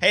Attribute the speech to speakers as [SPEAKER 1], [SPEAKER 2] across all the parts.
[SPEAKER 1] Hey,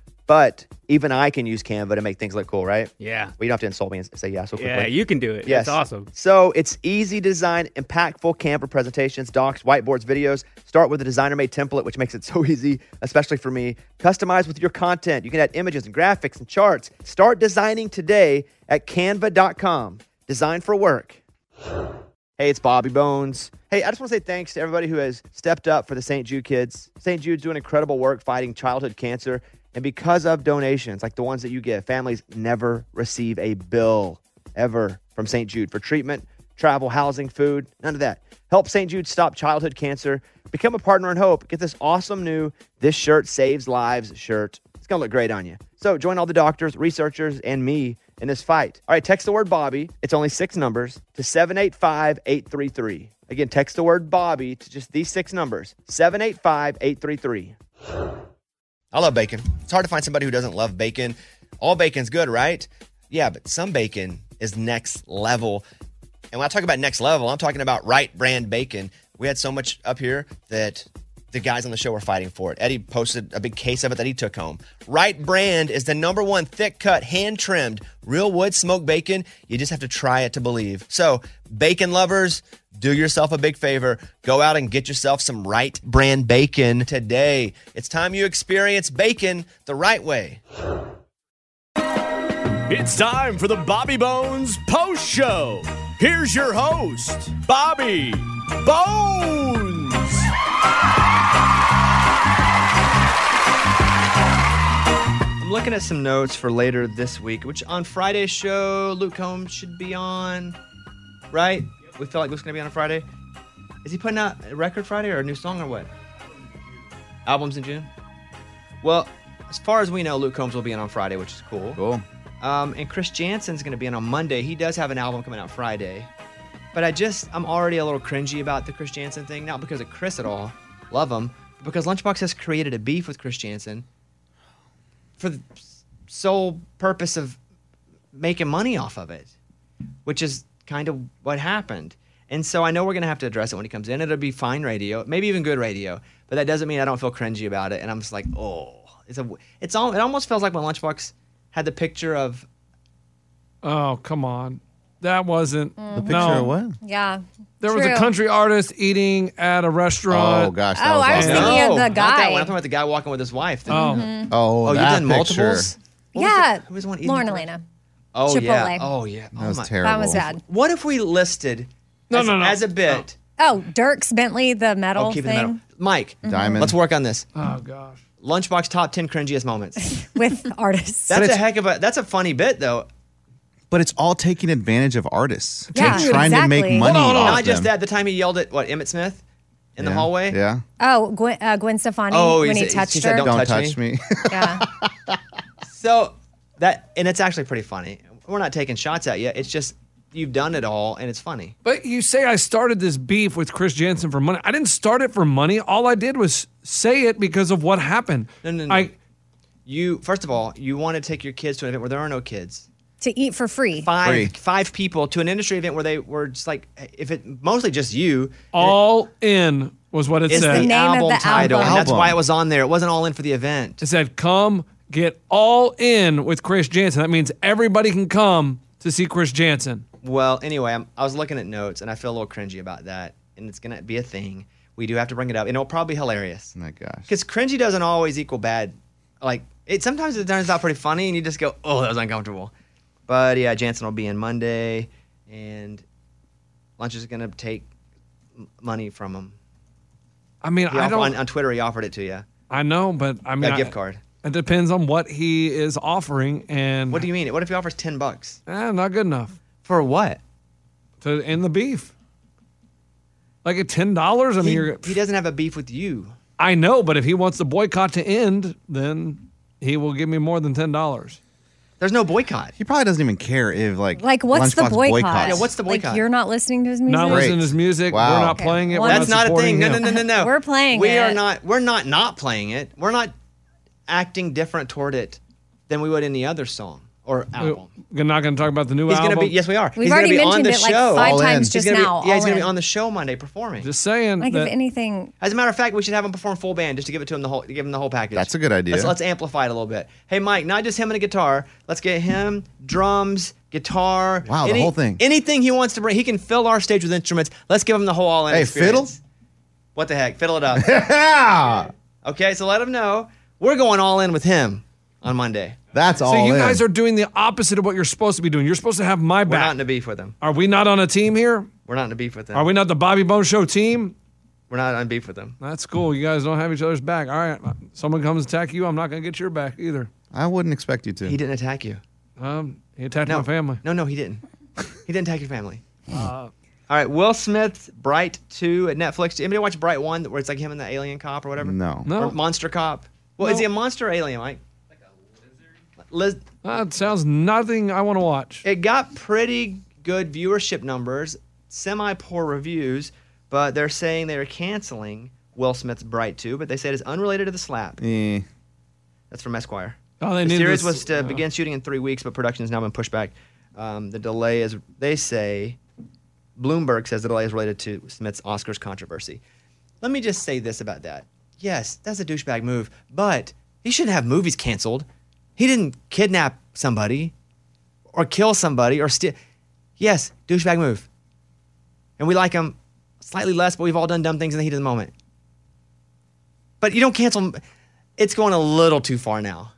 [SPEAKER 2] But even I can use Canva to make things look cool, right?
[SPEAKER 3] Yeah.
[SPEAKER 2] Well, you don't have to insult me and say yeah so quickly.
[SPEAKER 3] Yeah, you can do it.
[SPEAKER 2] Yes.
[SPEAKER 3] It's awesome.
[SPEAKER 2] So it's easy to design impactful Canva presentations, docs, whiteboards, videos. Start with a designer made template, which makes it so easy, especially for me. Customize with your content. You can add images and graphics and charts. Start designing today at canva.com. Design for work. Hey, it's Bobby Bones. Hey, I just want to say thanks to everybody who has stepped up for the St. Jude kids. St. Jude's doing incredible work fighting childhood cancer. And because of donations like the ones that you give, families never receive a bill ever from St. Jude for treatment, travel, housing, food, none of that. Help St. Jude stop childhood cancer. Become a partner in hope. Get this awesome new This Shirt Saves Lives shirt. It's going to look great on you. So join all the doctors, researchers, and me in this fight. All right, text the word Bobby. It's only six numbers to 785 833. Again, text the word Bobby to just these six numbers 785 833.
[SPEAKER 1] I love bacon. It's hard to find somebody who doesn't love bacon. All bacon's good, right? Yeah, but some bacon is next level. And when I talk about next level, I'm talking about right brand bacon. We had so much up here that the guys on the show were fighting for it. Eddie posted a big case of it that he took home. Right brand is the number one thick cut, hand trimmed, real wood smoked bacon. You just have to try it to believe. So, bacon lovers, do yourself a big favor. Go out and get yourself some right brand bacon today. It's time you experience bacon the right way.
[SPEAKER 4] It's time for the Bobby Bones Post Show. Here's your host, Bobby Bones.
[SPEAKER 1] I'm looking at some notes for later this week, which on Friday's show, Luke Combs should be on, right? We feel like Luke's going to be on a Friday. Is he putting out a record Friday or a new song or what? Albums in June? Well, as far as we know, Luke Combs will be in on Friday, which is cool.
[SPEAKER 5] Cool.
[SPEAKER 1] Um, and Chris Jansen's going to be in on Monday. He does have an album coming out Friday. But I just, I'm already a little cringy about the Chris Jansen thing, not because of Chris at all. Love him. But because Lunchbox has created a beef with Chris Jansen for the sole purpose of making money off of it, which is kind of what happened. And so I know we're going to have to address it when he comes in. It'll be fine radio, maybe even good radio, but that doesn't mean I don't feel cringy about it. And I'm just like, oh, it's a, it's all, it almost feels like when Lunchbox had the picture of
[SPEAKER 6] Oh, come on. That wasn't
[SPEAKER 5] The picture
[SPEAKER 6] no.
[SPEAKER 5] of what?
[SPEAKER 7] Yeah.
[SPEAKER 6] There was a
[SPEAKER 7] true.
[SPEAKER 6] country artist eating at a restaurant.
[SPEAKER 5] Oh gosh. That
[SPEAKER 7] Oh,
[SPEAKER 5] was
[SPEAKER 7] I was
[SPEAKER 5] awesome.
[SPEAKER 7] thinking of
[SPEAKER 1] not that
[SPEAKER 7] the
[SPEAKER 1] one. I'm
[SPEAKER 7] guy. Mm-hmm.
[SPEAKER 1] talking about the guy walking with his wife. The-
[SPEAKER 6] Oh.
[SPEAKER 5] Oh,
[SPEAKER 1] oh, you've
[SPEAKER 5] that
[SPEAKER 1] done
[SPEAKER 5] picture.
[SPEAKER 1] multiples. What was
[SPEAKER 7] Yeah.
[SPEAKER 1] the- who was the one eating
[SPEAKER 7] Lauren
[SPEAKER 1] the-
[SPEAKER 7] Elena.
[SPEAKER 1] Oh yeah.
[SPEAKER 7] Chipotle.
[SPEAKER 1] Oh yeah.
[SPEAKER 5] That
[SPEAKER 1] oh
[SPEAKER 5] was
[SPEAKER 1] my-
[SPEAKER 5] terrible.
[SPEAKER 7] That was bad.
[SPEAKER 1] What if we listed
[SPEAKER 6] No,
[SPEAKER 1] as,
[SPEAKER 6] no, no.
[SPEAKER 1] as a bit?
[SPEAKER 7] Oh, Dirks Bentley, the metal
[SPEAKER 1] Oh, keep it in the middle.
[SPEAKER 7] thing Mm-hmm.
[SPEAKER 1] Mike,
[SPEAKER 5] Diamond.
[SPEAKER 1] let's work on this.
[SPEAKER 6] Oh gosh.
[SPEAKER 1] Lunchbox top ten cringiest moments.
[SPEAKER 7] with artists.
[SPEAKER 1] That's a heck of a. That's a funny bit though.
[SPEAKER 5] But it's all taking advantage of artists.
[SPEAKER 7] Yeah,
[SPEAKER 5] They're trying to
[SPEAKER 7] exactly.
[SPEAKER 5] make money.
[SPEAKER 6] Hold on, hold
[SPEAKER 5] off
[SPEAKER 6] on.
[SPEAKER 1] Not just
[SPEAKER 5] them.
[SPEAKER 1] that. The time he yelled at what Emmett Smith in the
[SPEAKER 5] Yeah,
[SPEAKER 1] hallway.
[SPEAKER 5] Yeah.
[SPEAKER 7] oh, Gwen, uh, Gwen Stefani
[SPEAKER 1] Oh, he
[SPEAKER 7] when he
[SPEAKER 1] said- she
[SPEAKER 7] touched
[SPEAKER 1] said
[SPEAKER 7] her.
[SPEAKER 1] don't-
[SPEAKER 5] Don't
[SPEAKER 1] touch
[SPEAKER 5] touch, me.
[SPEAKER 7] yeah.
[SPEAKER 1] So that and it's actually pretty funny. We're not taking shots at you. It's just you've done it all and it's funny.
[SPEAKER 6] But you say I started this beef with Chris Jansen for money. I didn't start it for money. All I did was say it because of what happened.
[SPEAKER 1] No, no, no.
[SPEAKER 6] I
[SPEAKER 1] You first of all, you want to take your kids to an event where there are no kids.
[SPEAKER 7] to eat for free.
[SPEAKER 1] Five
[SPEAKER 5] Free.
[SPEAKER 1] five people to an industry event where they were just like if it mostly just you.
[SPEAKER 6] all in was what it
[SPEAKER 1] It's the
[SPEAKER 6] said.
[SPEAKER 7] name of
[SPEAKER 1] album
[SPEAKER 7] the
[SPEAKER 1] title.
[SPEAKER 7] album.
[SPEAKER 1] And that's
[SPEAKER 5] Album.
[SPEAKER 1] why it was on there. It wasn't all in for the event.
[SPEAKER 6] it said come get all in with Chris Jansen. That means everybody can come to see Chris Jansen.
[SPEAKER 1] Well, anyway, I'm, I was looking at notes and I feel a little cringy about that. And it's going to be a thing. We do have to bring it up. And it'll probably be hilarious.
[SPEAKER 5] oh my gosh.
[SPEAKER 1] Because cringy doesn't always equal bad. Like, it sometimes it turns out pretty funny and you just go, oh, that was uncomfortable. But yeah, Jansen will be in Monday. And lunch is going to take m- money from him.
[SPEAKER 6] I mean,
[SPEAKER 1] He
[SPEAKER 6] I
[SPEAKER 1] offer-
[SPEAKER 6] don't.
[SPEAKER 1] on, on Twitter, he offered it to you.
[SPEAKER 6] I know, but I mean,
[SPEAKER 1] A
[SPEAKER 6] I-
[SPEAKER 1] gift card.
[SPEAKER 6] It depends on what he is offering, and
[SPEAKER 1] What do you mean? What if he offers ten bucks
[SPEAKER 6] Eh, not good enough
[SPEAKER 5] For what?
[SPEAKER 6] to end the beef. Like at ten dollars, I mean,
[SPEAKER 1] He,
[SPEAKER 6] you're,
[SPEAKER 1] he doesn't have a beef with you.
[SPEAKER 6] I know, but if he wants the boycott to end, then he will give me more than ten dollars.
[SPEAKER 1] There's no boycott.
[SPEAKER 5] He probably doesn't even care if like
[SPEAKER 7] Like, what's the
[SPEAKER 5] Lunchbox
[SPEAKER 7] boycott?
[SPEAKER 5] boycotts.
[SPEAKER 1] Yeah, what's the boycott?
[SPEAKER 7] Like, you're not listening to his music.
[SPEAKER 6] Not
[SPEAKER 5] Great.
[SPEAKER 6] listening to his music.
[SPEAKER 5] Wow.
[SPEAKER 6] We're not
[SPEAKER 5] Okay.
[SPEAKER 6] playing it.
[SPEAKER 7] Well,
[SPEAKER 6] we're
[SPEAKER 1] That's not a thing.
[SPEAKER 6] supporting
[SPEAKER 1] No,
[SPEAKER 6] him.
[SPEAKER 1] no, no, no, no.
[SPEAKER 7] We're playing
[SPEAKER 1] We are
[SPEAKER 7] it.
[SPEAKER 1] not. We're not not playing it. We're not acting different toward it than we would any other song or album.
[SPEAKER 6] We're not going to talk about the new
[SPEAKER 1] He's
[SPEAKER 6] Uh, album.
[SPEAKER 1] gonna be. Yes, we are.
[SPEAKER 7] We've
[SPEAKER 1] he's
[SPEAKER 7] already
[SPEAKER 1] gonna be on
[SPEAKER 7] mentioned
[SPEAKER 1] the
[SPEAKER 7] it like
[SPEAKER 1] show.
[SPEAKER 7] five
[SPEAKER 5] All in.
[SPEAKER 7] times
[SPEAKER 5] He's
[SPEAKER 1] He's
[SPEAKER 7] just
[SPEAKER 1] gonna
[SPEAKER 7] now.
[SPEAKER 1] Be, yeah, he's
[SPEAKER 7] all
[SPEAKER 1] gonna be
[SPEAKER 7] in.
[SPEAKER 1] on the show Monday performing.
[SPEAKER 6] Just saying.
[SPEAKER 7] Like,
[SPEAKER 6] that-
[SPEAKER 7] if anything,
[SPEAKER 1] As a matter of fact, we should have him perform full band just to give it to him the whole, give him the whole package.
[SPEAKER 5] That's a good idea.
[SPEAKER 1] Let's, let's amplify it a little bit. Hey, Mike, not just him and a guitar. Let's get him drums, guitar.
[SPEAKER 5] Wow, the whole thing.
[SPEAKER 1] Anything he wants to bring, he can fill our stage with instruments. Let's give him the whole all in.
[SPEAKER 5] Hey, fiddle?
[SPEAKER 1] What the heck? Fiddle it up.
[SPEAKER 5] Yeah,
[SPEAKER 1] okay, so let him know we're going all in with him on Monday.
[SPEAKER 5] that's all.
[SPEAKER 6] so you
[SPEAKER 5] in.
[SPEAKER 6] guys are doing the opposite of what you're supposed to be doing. You're supposed to have my
[SPEAKER 1] We're
[SPEAKER 6] back.
[SPEAKER 1] not in a beef with him.
[SPEAKER 6] Are we not on a team here?
[SPEAKER 1] We're not in a beef with him.
[SPEAKER 6] Are we not the Bobby Bone Show team?
[SPEAKER 1] We're not on beef with him.
[SPEAKER 6] That's cool. You guys don't have each other's back. All right. Someone comes attack you. I'm not going to get your back either.
[SPEAKER 5] I wouldn't expect you to.
[SPEAKER 1] He didn't attack you.
[SPEAKER 6] Um, he attacked
[SPEAKER 1] No
[SPEAKER 6] my family.
[SPEAKER 1] No, no, he didn't. he didn't attack your family.
[SPEAKER 6] Uh,
[SPEAKER 1] All right, Will Smith's Bright Two at Netflix. Did anybody watch Bright One, where it's like him and the alien cop or whatever?
[SPEAKER 5] No.
[SPEAKER 6] No.
[SPEAKER 1] Or monster cop. Well, is he a monster or alien, Mike? Like a lizard.
[SPEAKER 6] That Uh, sounds nothing I want to watch.
[SPEAKER 1] It got pretty good viewership numbers, semi poor reviews, but they're saying they're canceling Will Smith's Bright Two, but they say it is unrelated to the slap.
[SPEAKER 5] Eh.
[SPEAKER 1] That's from Esquire.
[SPEAKER 6] Oh, they
[SPEAKER 1] the
[SPEAKER 6] need
[SPEAKER 1] series
[SPEAKER 6] this-
[SPEAKER 1] was to
[SPEAKER 6] uh,
[SPEAKER 1] begin shooting in three weeks, but production has now been pushed back. Um, the delay is, they say, Bloomberg says the delay is related to Smith's Oscars controversy. Let me just say this about that. Yes, that's a douchebag move, but he shouldn't have movies canceled. He didn't kidnap somebody or kill somebody or steal. Yes, douchebag move. And we like him slightly less, but we've all done dumb things in the heat of the moment. But you don't cancel. It's going a little too far now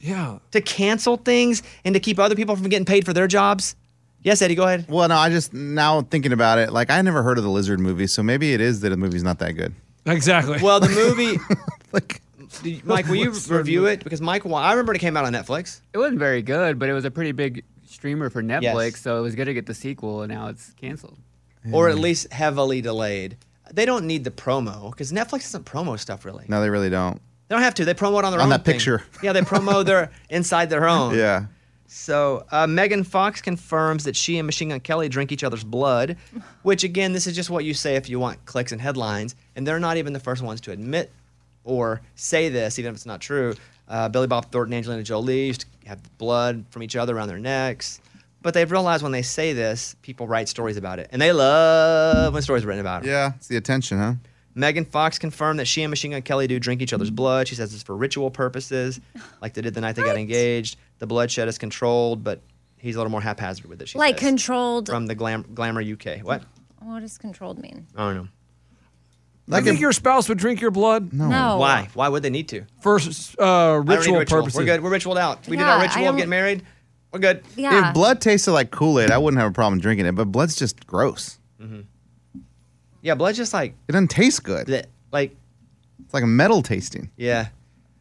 [SPEAKER 6] Yeah.
[SPEAKER 1] to cancel things and to keep other people from getting paid for their jobs? Yes, Eddie, go ahead.
[SPEAKER 5] Well, no, I just now thinking about it, like I never heard of the lizard movie, so maybe it is that the movie's not that good.
[SPEAKER 6] Exactly.
[SPEAKER 1] Well, the movie,
[SPEAKER 5] Like,
[SPEAKER 1] did- Mike, will you review it? Because Mike, wa- I remember it came out on Netflix.
[SPEAKER 3] It wasn't very good, but it was a pretty big streamer for Netflix,
[SPEAKER 1] Yes.
[SPEAKER 3] so it was good to get the sequel, and now it's canceled.
[SPEAKER 1] or at least heavily delayed. They don't need the promo because Netflix doesn't promo stuff really.
[SPEAKER 5] no, they really don't.
[SPEAKER 1] They don't have to. They promote on their
[SPEAKER 5] On
[SPEAKER 1] own.
[SPEAKER 5] that
[SPEAKER 1] thing.
[SPEAKER 5] picture.
[SPEAKER 1] Yeah, they promo their inside their own.
[SPEAKER 5] Yeah.
[SPEAKER 1] So uh, Megan Fox confirms that she and Machine Gun Kelly drink each other's blood, which again, this is just what you say if you want clicks and headlines, and they're not even the first ones to admit or say this, even if it's not true. Uh, Billy Bob Thornton and Angelina Jolie used to have blood from each other around their necks, but they've realized when they say this, people write stories about it, and they love when stories are written about it.
[SPEAKER 5] Yeah. It's the attention, huh?
[SPEAKER 1] Megan Fox confirmed that she and Machine Gun Kelly do drink each
[SPEAKER 7] Mm-hmm.
[SPEAKER 1] other's blood. She says it's for ritual purposes, like they did the night they got engaged. The bloodshed is controlled, but he's a little more haphazard with it. She
[SPEAKER 7] like
[SPEAKER 1] says.
[SPEAKER 7] controlled.
[SPEAKER 1] from the glam- Glamour UK. What?
[SPEAKER 7] what does controlled mean?
[SPEAKER 1] I don't know.
[SPEAKER 6] I
[SPEAKER 5] Like
[SPEAKER 6] think
[SPEAKER 5] if-
[SPEAKER 6] your spouse would drink your blood
[SPEAKER 7] No.
[SPEAKER 1] Oh, Why? Why would they need to?
[SPEAKER 6] for uh,
[SPEAKER 1] I don't need
[SPEAKER 6] ritual, purposes.
[SPEAKER 1] We're good. We're ritualed out. We did
[SPEAKER 7] Yeah,
[SPEAKER 1] our
[SPEAKER 7] I
[SPEAKER 1] ritual of
[SPEAKER 7] don't-
[SPEAKER 1] getting married. We're good.
[SPEAKER 7] Yeah.
[SPEAKER 5] if blood tasted like Kool Aid, I wouldn't have a problem drinking it. But blood's just gross.
[SPEAKER 1] Yeah, blood's just like
[SPEAKER 5] It doesn't taste good.
[SPEAKER 1] bleh, like
[SPEAKER 5] It's like a metal tasting.
[SPEAKER 1] yeah.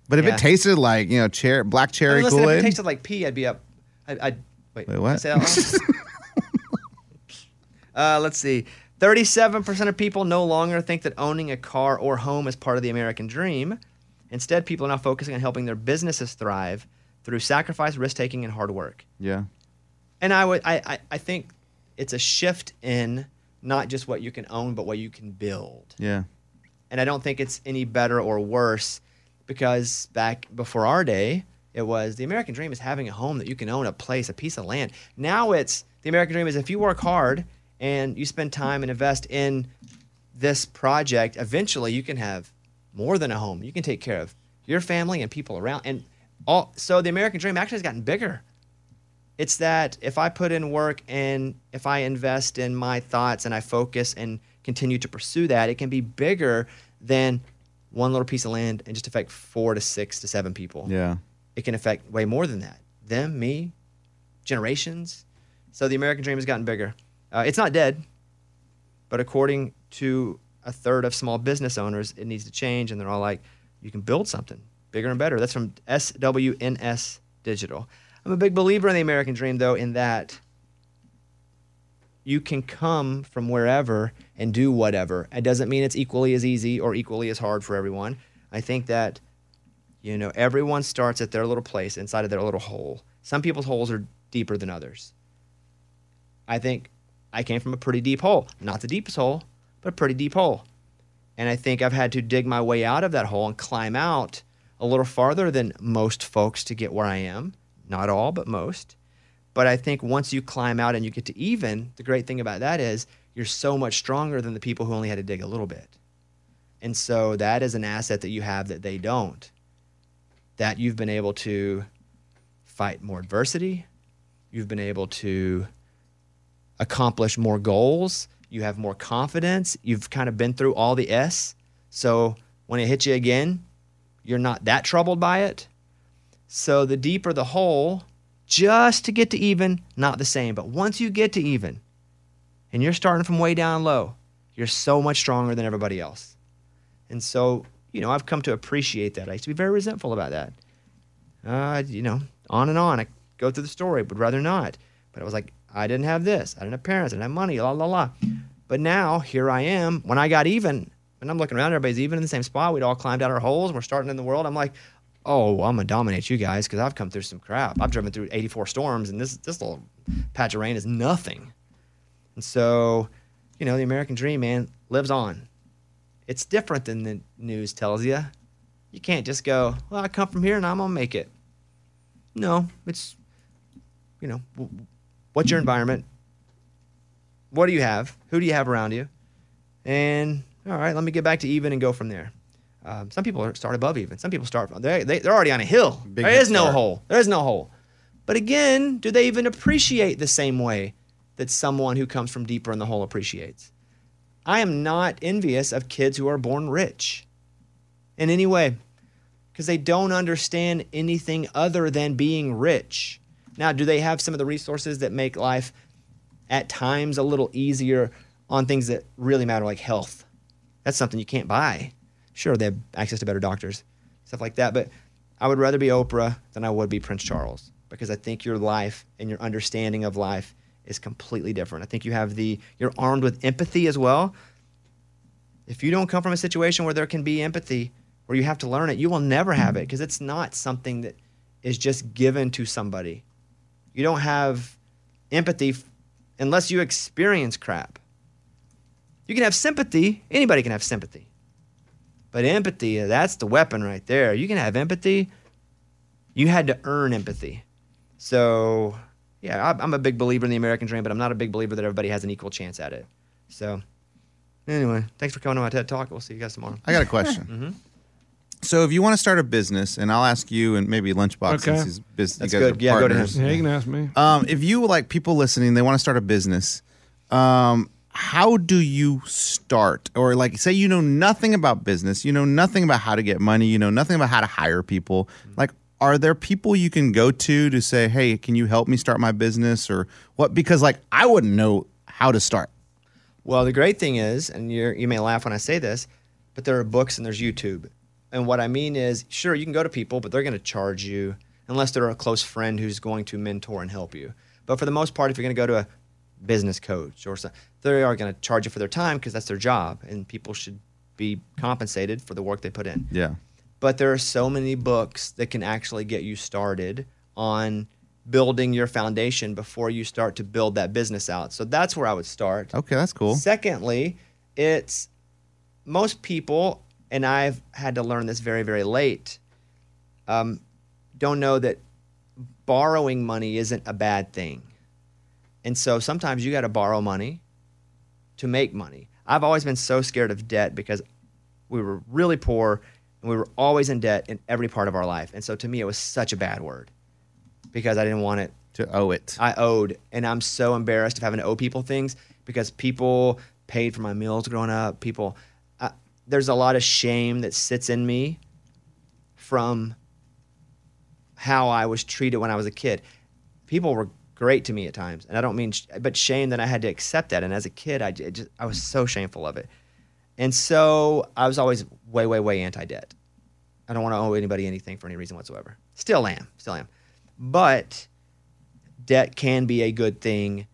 [SPEAKER 5] But if
[SPEAKER 1] Yeah.
[SPEAKER 5] it tasted like you know cher- black cherry
[SPEAKER 1] Unless if
[SPEAKER 5] Kool
[SPEAKER 1] it
[SPEAKER 5] Aid,
[SPEAKER 1] tasted like pee, I'd be up. I, I'd wait. did
[SPEAKER 5] Wait,
[SPEAKER 1] I
[SPEAKER 5] what?
[SPEAKER 1] say that wrong? uh, let's see. Thirty-seven percent of people no longer think that owning a car or home is part of the American dream. Instead, people are now focusing on helping their businesses thrive through sacrifice, risk-taking, and hard work.
[SPEAKER 5] yeah,
[SPEAKER 1] And I would, I, I, I think it's a shift in not just what you can own, but what you can build
[SPEAKER 5] yeah,
[SPEAKER 1] and I don't think it's any better or worse because back before our day, it was the American dream is having a home that you can own, a place, a piece of land. Now it's the American dream is if you work hard and you spend time and invest in this project, eventually you can have more than a home. You can take care of your family and people around. And all, so the American dream actually has gotten bigger. It's that if I put in work and if I invest in my thoughts and I focus and continue to pursue that, it can be bigger than one little piece of land and just affect four to six to seven people.
[SPEAKER 5] yeah.
[SPEAKER 1] It can affect way more than that them, me, generations. So the American dream has gotten bigger. Uh, it's not dead, but according to a third of small business owners it needs to change, and they're all like, you can build something bigger and better. That's from SWNS Digital. I'm a big believer in the American dream, though, in that you can come from wherever and do whatever. It doesn't mean it's equally as easy or equally as hard for everyone. I think that you know, everyone starts at their little place inside of their little hole. Some people's holes are deeper than others. I think I came from a pretty deep hole. Not the deepest hole, but a pretty deep hole. And I think I've had to dig my way out of that hole and climb out a little farther than most folks to get where I am. Not all, but most. But I think once you climb out and you get to even, the great thing about that is you're so much stronger than the people who only had to dig a little bit. And so that is an asset that you have that they don't that you've been able to fight more adversity, you've been able to accomplish more goals, you have more confidence, you've kind of been through all the S. So when it hits you again, you're not that troubled by it. So the deeper the hole, just to get to even, not the same. But once you get to even and you're starting from way down low, you're so much stronger than everybody else. And so you know, I've come to appreciate that. I used to be very resentful about that. Uh, you know, on and on. I go through the story, would rather not. But I was like, I didn't have this. I didn't have parents. I didn't have money. La la la. But now here I am. When I got even, and I'm looking around, everybody's even in the same spot. We'd all climbed out our holes. And we're starting in the world. I'm like, oh, I'm gonna dominate you guys because I've come through some crap. I've driven through 84 storms, and this this little patch of rain is nothing. And so, you know, the American dream, man, lives on it's different than the news tells you. You can't just go, well, I come from here and I'm going to make it. No, it's, you know, w- what's your environment? What do you have? Who do you have around you? And all right, let me get back to even and go from there. Um, some people are- start above even. Some people start, they, they, they're already on a hill.
[SPEAKER 5] Big
[SPEAKER 1] there
[SPEAKER 5] head
[SPEAKER 1] is no
[SPEAKER 5] start.
[SPEAKER 1] hole. There is no hole. But again, do they even appreciate the same way that someone who comes from deeper in the hole appreciates? I am not envious of kids who are born rich in any way because they don't understand anything other than being rich. Now, do they have some of the resources that make life at times a little easier on things that really matter, like health? That's something you can't buy. Sure, they have access to better doctors, stuff like that. But I would rather be Oprah than I would be Prince Charles because I think your life and your understanding of life is completely different. I think you have the you're armed with empathy as well. If you don't come from a situation where there can be empathy, where you have to learn it, you will never have it because it's not something that is just given to somebody. You don't have empathy f- unless you experience crap. You can have sympathy, anybody can have sympathy. But empathy, uh, that's the weapon right there. You can have empathy. You had to earn empathy. So, yeah, I- I'm a big believer in the American dream, but I'm not a big believer that everybody has an equal chance at it. So, anyway, thanks for coming to my TED Talk. We'll see you guys tomorrow.
[SPEAKER 5] I got a question.
[SPEAKER 1] Mm-hmm.
[SPEAKER 5] So if you want to start a business, and I'll ask you, and maybe Lunchbox,
[SPEAKER 6] Okay.
[SPEAKER 5] since he's bus-
[SPEAKER 1] That's
[SPEAKER 5] you guys
[SPEAKER 1] good.
[SPEAKER 5] are
[SPEAKER 1] Yeah, go to him.
[SPEAKER 5] partners.
[SPEAKER 6] Yeah, you can ask me.
[SPEAKER 5] Um, if you like people listening, they want to start a business. Um, how do you start? Or like, say you know nothing about business, you know nothing about how to get money, you know nothing about how to hire people.
[SPEAKER 1] Mm-hmm.
[SPEAKER 5] Like, are there people you can go to to say, "Hey, can you help me start my business?" Or what? Because like, I wouldn't know how to start.
[SPEAKER 1] Well, the great thing is, and you're, you may laugh when I say this, but there are books and there's YouTube. And what I mean is, sure, you can go to people, but they're going to charge you unless they're a close friend who's going to mentor and help you. But for the most part, if you're going to go to a business coach or something, they are going to charge you for their time because that's their job, and people should be compensated for the work they put in
[SPEAKER 5] Yeah.
[SPEAKER 1] but there are so many books that can actually get you started on building your foundation before you start to build that business out. So that's where I would start.
[SPEAKER 5] Okay, that's cool.
[SPEAKER 1] Secondly, it's most people, and I've had to learn this very, very late, um, don't know that borrowing money isn't a bad thing. And so sometimes you got to borrow money to make money. I've always been so scared of debt because we were really poor and we were always in debt in every part of our life. And so to me, it was such a bad word because I didn't want it
[SPEAKER 5] to owe it.
[SPEAKER 1] I owed, and I'm so embarrassed of having to owe people things because people paid for my meals growing up. People, I, there's a lot of shame that sits in me from how I was treated when I was a kid. People were great to me at times, and I don't mean, sh- but shame that I had to accept that. And as a kid, I j- it just I was so shameful of it. And so I was always way, way, way anti debt. I don't want to owe anybody anything for any reason whatsoever. Still am, still am. But debt can be a good thing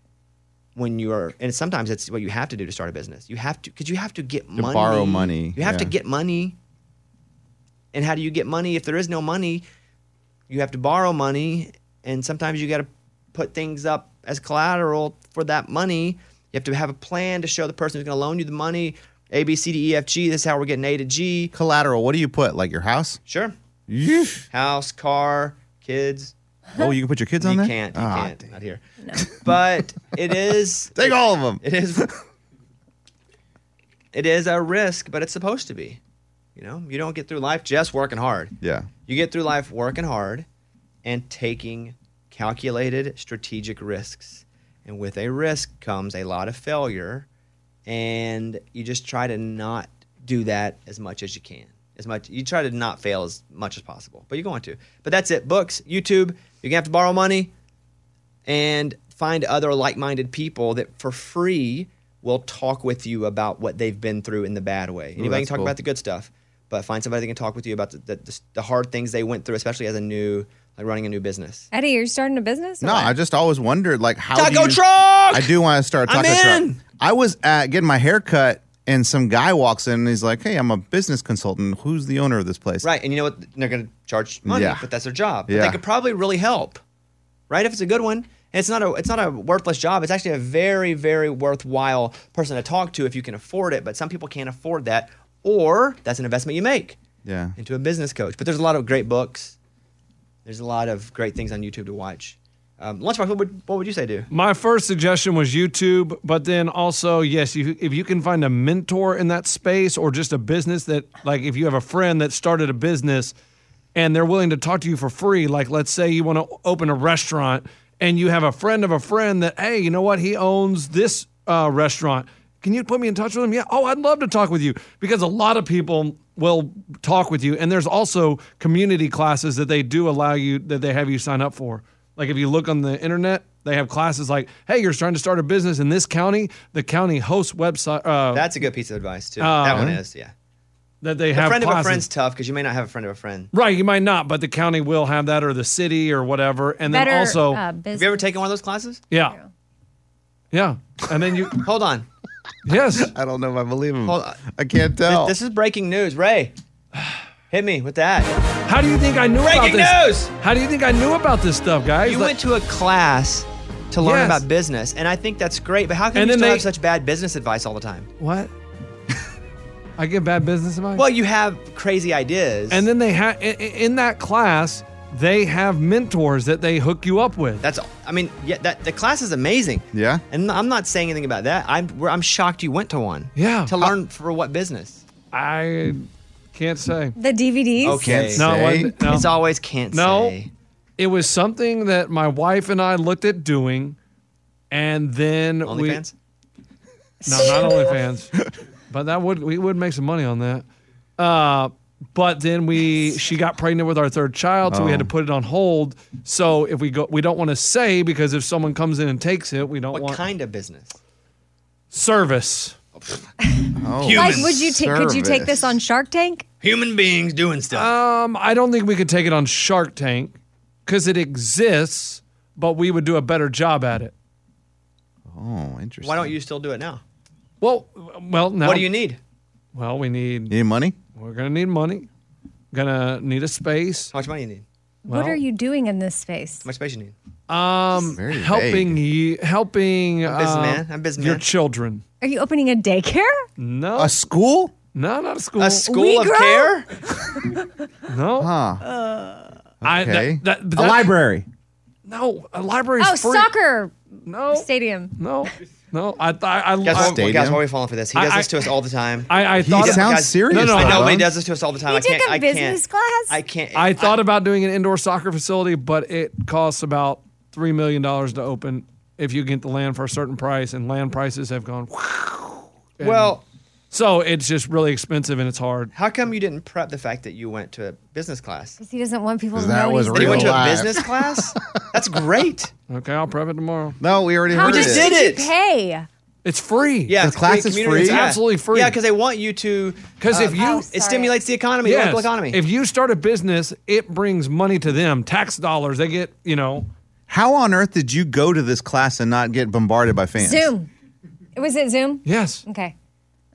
[SPEAKER 1] when you are, and sometimes it's what you have to do to start a business. You have to, because you have to get money.
[SPEAKER 5] borrow money,
[SPEAKER 1] You have to
[SPEAKER 5] yeah.
[SPEAKER 1] get money. And how do you get money? If there is no money, you have to borrow money. And sometimes you got to put things up as collateral for that money. You have to have a plan to show the person who's going to loan you the money. A, B, C, D, E, F, G. This is how we're getting A to G.
[SPEAKER 5] Collateral. What do you put? Like your house?
[SPEAKER 1] Sure.
[SPEAKER 5] Yeesh.
[SPEAKER 1] House, car, kids.
[SPEAKER 5] Oh, you can put your kids on
[SPEAKER 1] you
[SPEAKER 5] there.
[SPEAKER 1] can't. You
[SPEAKER 5] Ah,
[SPEAKER 1] can't. Not here. But it is.
[SPEAKER 5] Take all of them.
[SPEAKER 1] It is. It is a risk, but it's supposed to be. You know, you don't get through life just working hard.
[SPEAKER 5] Yeah.
[SPEAKER 1] You get through life working hard and taking calculated strategic risks. And with a risk comes a lot of failure. And you just try to not do that as much as you can. As much you try to not fail as much as possible. But you're going to. But that's it. Books, YouTube, you're gonna have to borrow money and find other like-minded people that for free will talk with you about what they've been through in the bad way. Anybody can
[SPEAKER 5] that's
[SPEAKER 1] talk
[SPEAKER 5] cool.
[SPEAKER 1] about the good stuff, but find somebody that can talk with you about the, the, the, hard things they went through, especially as a new, like running a new business.
[SPEAKER 7] Eddie, you're starting a business? or
[SPEAKER 5] No,
[SPEAKER 7] what?
[SPEAKER 5] I just always wondered like how do
[SPEAKER 1] Taco
[SPEAKER 5] you-
[SPEAKER 1] truck!
[SPEAKER 5] I do want to start a
[SPEAKER 1] I'm
[SPEAKER 5] taco
[SPEAKER 1] in!
[SPEAKER 5] truck. I was at getting my hair cut and some guy walks in and he's like, "Hey, I'm a business consultant. Who's the owner of this place?"
[SPEAKER 1] Right. And you know what? They're going to charge money,
[SPEAKER 5] Yeah.
[SPEAKER 1] but that's their job. But
[SPEAKER 5] Yeah.
[SPEAKER 1] they could probably really help, right? If it's a good one. And it's not a it's not a worthless job. It's actually a very very worthwhile person to talk to if you can afford it. But some people can't afford that, or that's an investment you make
[SPEAKER 5] Yeah.
[SPEAKER 1] into a business coach. But there's a lot of great books. There's a lot of great things on YouTube to watch. Um, Lunchbox, what would what would you say do?
[SPEAKER 6] My first suggestion was YouTube, but then also, yes, you, if you can find a mentor in that space or just a business that, like, if you have a friend that started a business and they're willing to talk to you for free, like, let's say you want to open a restaurant and you have a friend of a friend that, hey, you know what? He owns this uh, restaurant. Can you put me in touch with him? Yeah. Oh, I'd love to talk with you because a lot of people will talk with you. And there's also community classes that they do allow you, that they have you sign up for. Like if you look on the internet, they have classes like, "Hey, you're trying to start a business in this county. The county hosts website uh,
[SPEAKER 1] That's a good piece of advice too. that one is yeah.
[SPEAKER 6] that they
[SPEAKER 1] A
[SPEAKER 6] Uh, have
[SPEAKER 1] friend of a
[SPEAKER 6] classes.
[SPEAKER 1] friend's tough because you may not have a friend of a friend.
[SPEAKER 6] Right, you might not, but the county will have that, or the city, or whatever. And
[SPEAKER 7] Better
[SPEAKER 6] then also,
[SPEAKER 7] uh,
[SPEAKER 1] Have you ever
[SPEAKER 7] business.
[SPEAKER 1] taken one of those classes?
[SPEAKER 6] yeah, yeah, and then you,
[SPEAKER 1] Hold on.
[SPEAKER 6] yes,
[SPEAKER 5] I don't know if I believe him.
[SPEAKER 1] Hold on.
[SPEAKER 5] I can't tell.
[SPEAKER 1] This is breaking news. Ray, hit me with that.
[SPEAKER 6] how do you think I knew
[SPEAKER 1] Breaking
[SPEAKER 6] about this?
[SPEAKER 1] news!
[SPEAKER 6] How do you think I knew about this stuff, guys?
[SPEAKER 1] You
[SPEAKER 6] Like-
[SPEAKER 1] went to a class to learn
[SPEAKER 6] Yes.
[SPEAKER 1] about business, and I think that's great, but how can
[SPEAKER 6] And
[SPEAKER 1] you
[SPEAKER 6] then
[SPEAKER 1] still
[SPEAKER 6] they-
[SPEAKER 1] have such bad business advice all the time?
[SPEAKER 6] what? I get bad business advice.
[SPEAKER 1] Well, you have crazy ideas.
[SPEAKER 6] and then they have in that class, they have mentors that they hook you up with.
[SPEAKER 1] that's, I mean, yeah, that the class is amazing.
[SPEAKER 5] Yeah.
[SPEAKER 1] And I'm not saying anything about that. I'm, we're, I'm shocked you went to one.
[SPEAKER 6] Yeah.
[SPEAKER 1] To learn for what business?
[SPEAKER 6] I can't say.
[SPEAKER 7] The DVDs?
[SPEAKER 1] Okay.
[SPEAKER 6] No, it
[SPEAKER 5] Say.
[SPEAKER 6] wasn't. No.
[SPEAKER 1] It's always can't
[SPEAKER 6] No.
[SPEAKER 1] say.
[SPEAKER 6] It was something that my wife and I looked at doing, and then we
[SPEAKER 1] OnlyFans?
[SPEAKER 6] no, not OnlyFans, but that would we would make some money on that. Uh, but then we she got pregnant with our third child, so we had
[SPEAKER 5] Oh.
[SPEAKER 6] to put it on hold. So if we go, we don't want to say because if someone comes in and takes it, we don't
[SPEAKER 1] What
[SPEAKER 6] want
[SPEAKER 1] kind of business?
[SPEAKER 6] service.
[SPEAKER 5] Oh.
[SPEAKER 7] Like, would you take? Could you take
[SPEAKER 5] Service.
[SPEAKER 7] this on Shark Tank?
[SPEAKER 1] Human beings doing stuff.
[SPEAKER 6] Um, I don't think we could take it on Shark Tank because it exists, but we would do a better job at it.
[SPEAKER 5] Oh, interesting.
[SPEAKER 1] Why don't you still do it now?
[SPEAKER 6] Well, well, now
[SPEAKER 1] What do you need?
[SPEAKER 6] Well, we need
[SPEAKER 5] You need money?
[SPEAKER 6] we're gonna need money. Gonna need a space.
[SPEAKER 1] How much money you need?
[SPEAKER 6] Well-
[SPEAKER 7] what are you doing in this space?
[SPEAKER 1] How much space you need?
[SPEAKER 6] Um,
[SPEAKER 5] Very vague.
[SPEAKER 6] helping you, helping
[SPEAKER 1] Um,
[SPEAKER 6] uh,
[SPEAKER 1] businessman. I'm businessman.
[SPEAKER 6] your children.
[SPEAKER 7] Are you opening a daycare?
[SPEAKER 6] No,
[SPEAKER 1] Oh.
[SPEAKER 5] A school?
[SPEAKER 6] no, not a school.
[SPEAKER 1] A school of
[SPEAKER 7] grow-
[SPEAKER 1] care?
[SPEAKER 6] no,
[SPEAKER 5] Huh.
[SPEAKER 6] I,
[SPEAKER 5] Okay.
[SPEAKER 6] that, that,
[SPEAKER 5] a
[SPEAKER 6] that-
[SPEAKER 5] library.
[SPEAKER 6] No, a library.
[SPEAKER 7] Oh,
[SPEAKER 6] free.
[SPEAKER 7] soccer
[SPEAKER 6] No,
[SPEAKER 7] stadium.
[SPEAKER 6] no, no. I, th- I, I,
[SPEAKER 1] Guys,
[SPEAKER 6] I,
[SPEAKER 1] why-
[SPEAKER 5] Stadium.
[SPEAKER 1] guys, why are we falling for this? He does
[SPEAKER 6] I-
[SPEAKER 1] this to us all the time.
[SPEAKER 6] I, I
[SPEAKER 5] He
[SPEAKER 6] thought.
[SPEAKER 5] sounds
[SPEAKER 1] guys-
[SPEAKER 5] serious.
[SPEAKER 6] No, no,
[SPEAKER 1] I
[SPEAKER 5] though.
[SPEAKER 1] know, but
[SPEAKER 6] Ron.
[SPEAKER 1] he does this to us all the time.
[SPEAKER 7] He
[SPEAKER 1] I
[SPEAKER 7] took
[SPEAKER 1] can't.
[SPEAKER 7] a
[SPEAKER 1] I
[SPEAKER 7] business
[SPEAKER 1] can't,
[SPEAKER 7] class?
[SPEAKER 1] I can't.
[SPEAKER 6] I thought about doing an indoor soccer facility, but it costs about three million dollars to open if you get the land for a certain price, and land prices have gone.
[SPEAKER 1] well,
[SPEAKER 6] So it's just really expensive and it's hard.
[SPEAKER 1] how come you didn't prep the fact that you went to a business class?
[SPEAKER 7] Because he doesn't want people to
[SPEAKER 5] That
[SPEAKER 7] know what
[SPEAKER 5] was
[SPEAKER 7] he's
[SPEAKER 1] That you
[SPEAKER 5] real
[SPEAKER 1] went to a
[SPEAKER 5] life.
[SPEAKER 1] business class? That's great.
[SPEAKER 6] Okay, I'll prep it tomorrow.
[SPEAKER 5] No, we already
[SPEAKER 7] How
[SPEAKER 5] heard
[SPEAKER 7] much
[SPEAKER 1] just did
[SPEAKER 5] it.
[SPEAKER 7] did
[SPEAKER 1] it.
[SPEAKER 7] you pay?
[SPEAKER 6] It's free.
[SPEAKER 1] Yeah,
[SPEAKER 5] The
[SPEAKER 1] it's
[SPEAKER 5] class is
[SPEAKER 1] community-
[SPEAKER 5] free?
[SPEAKER 1] yeah.
[SPEAKER 6] It's absolutely free.
[SPEAKER 1] Yeah, because they want you to.
[SPEAKER 6] 'Cause if you- Oh,
[SPEAKER 7] sorry.
[SPEAKER 1] it stimulates Uh, the economy,
[SPEAKER 6] Yes.
[SPEAKER 1] the local economy.
[SPEAKER 6] If you start a business, it brings money to them, tax dollars. They get, you know,
[SPEAKER 5] How on earth did you go to this class and not get bombarded by fans?
[SPEAKER 7] Zoom. Was it Zoom?
[SPEAKER 6] yes.
[SPEAKER 7] Okay.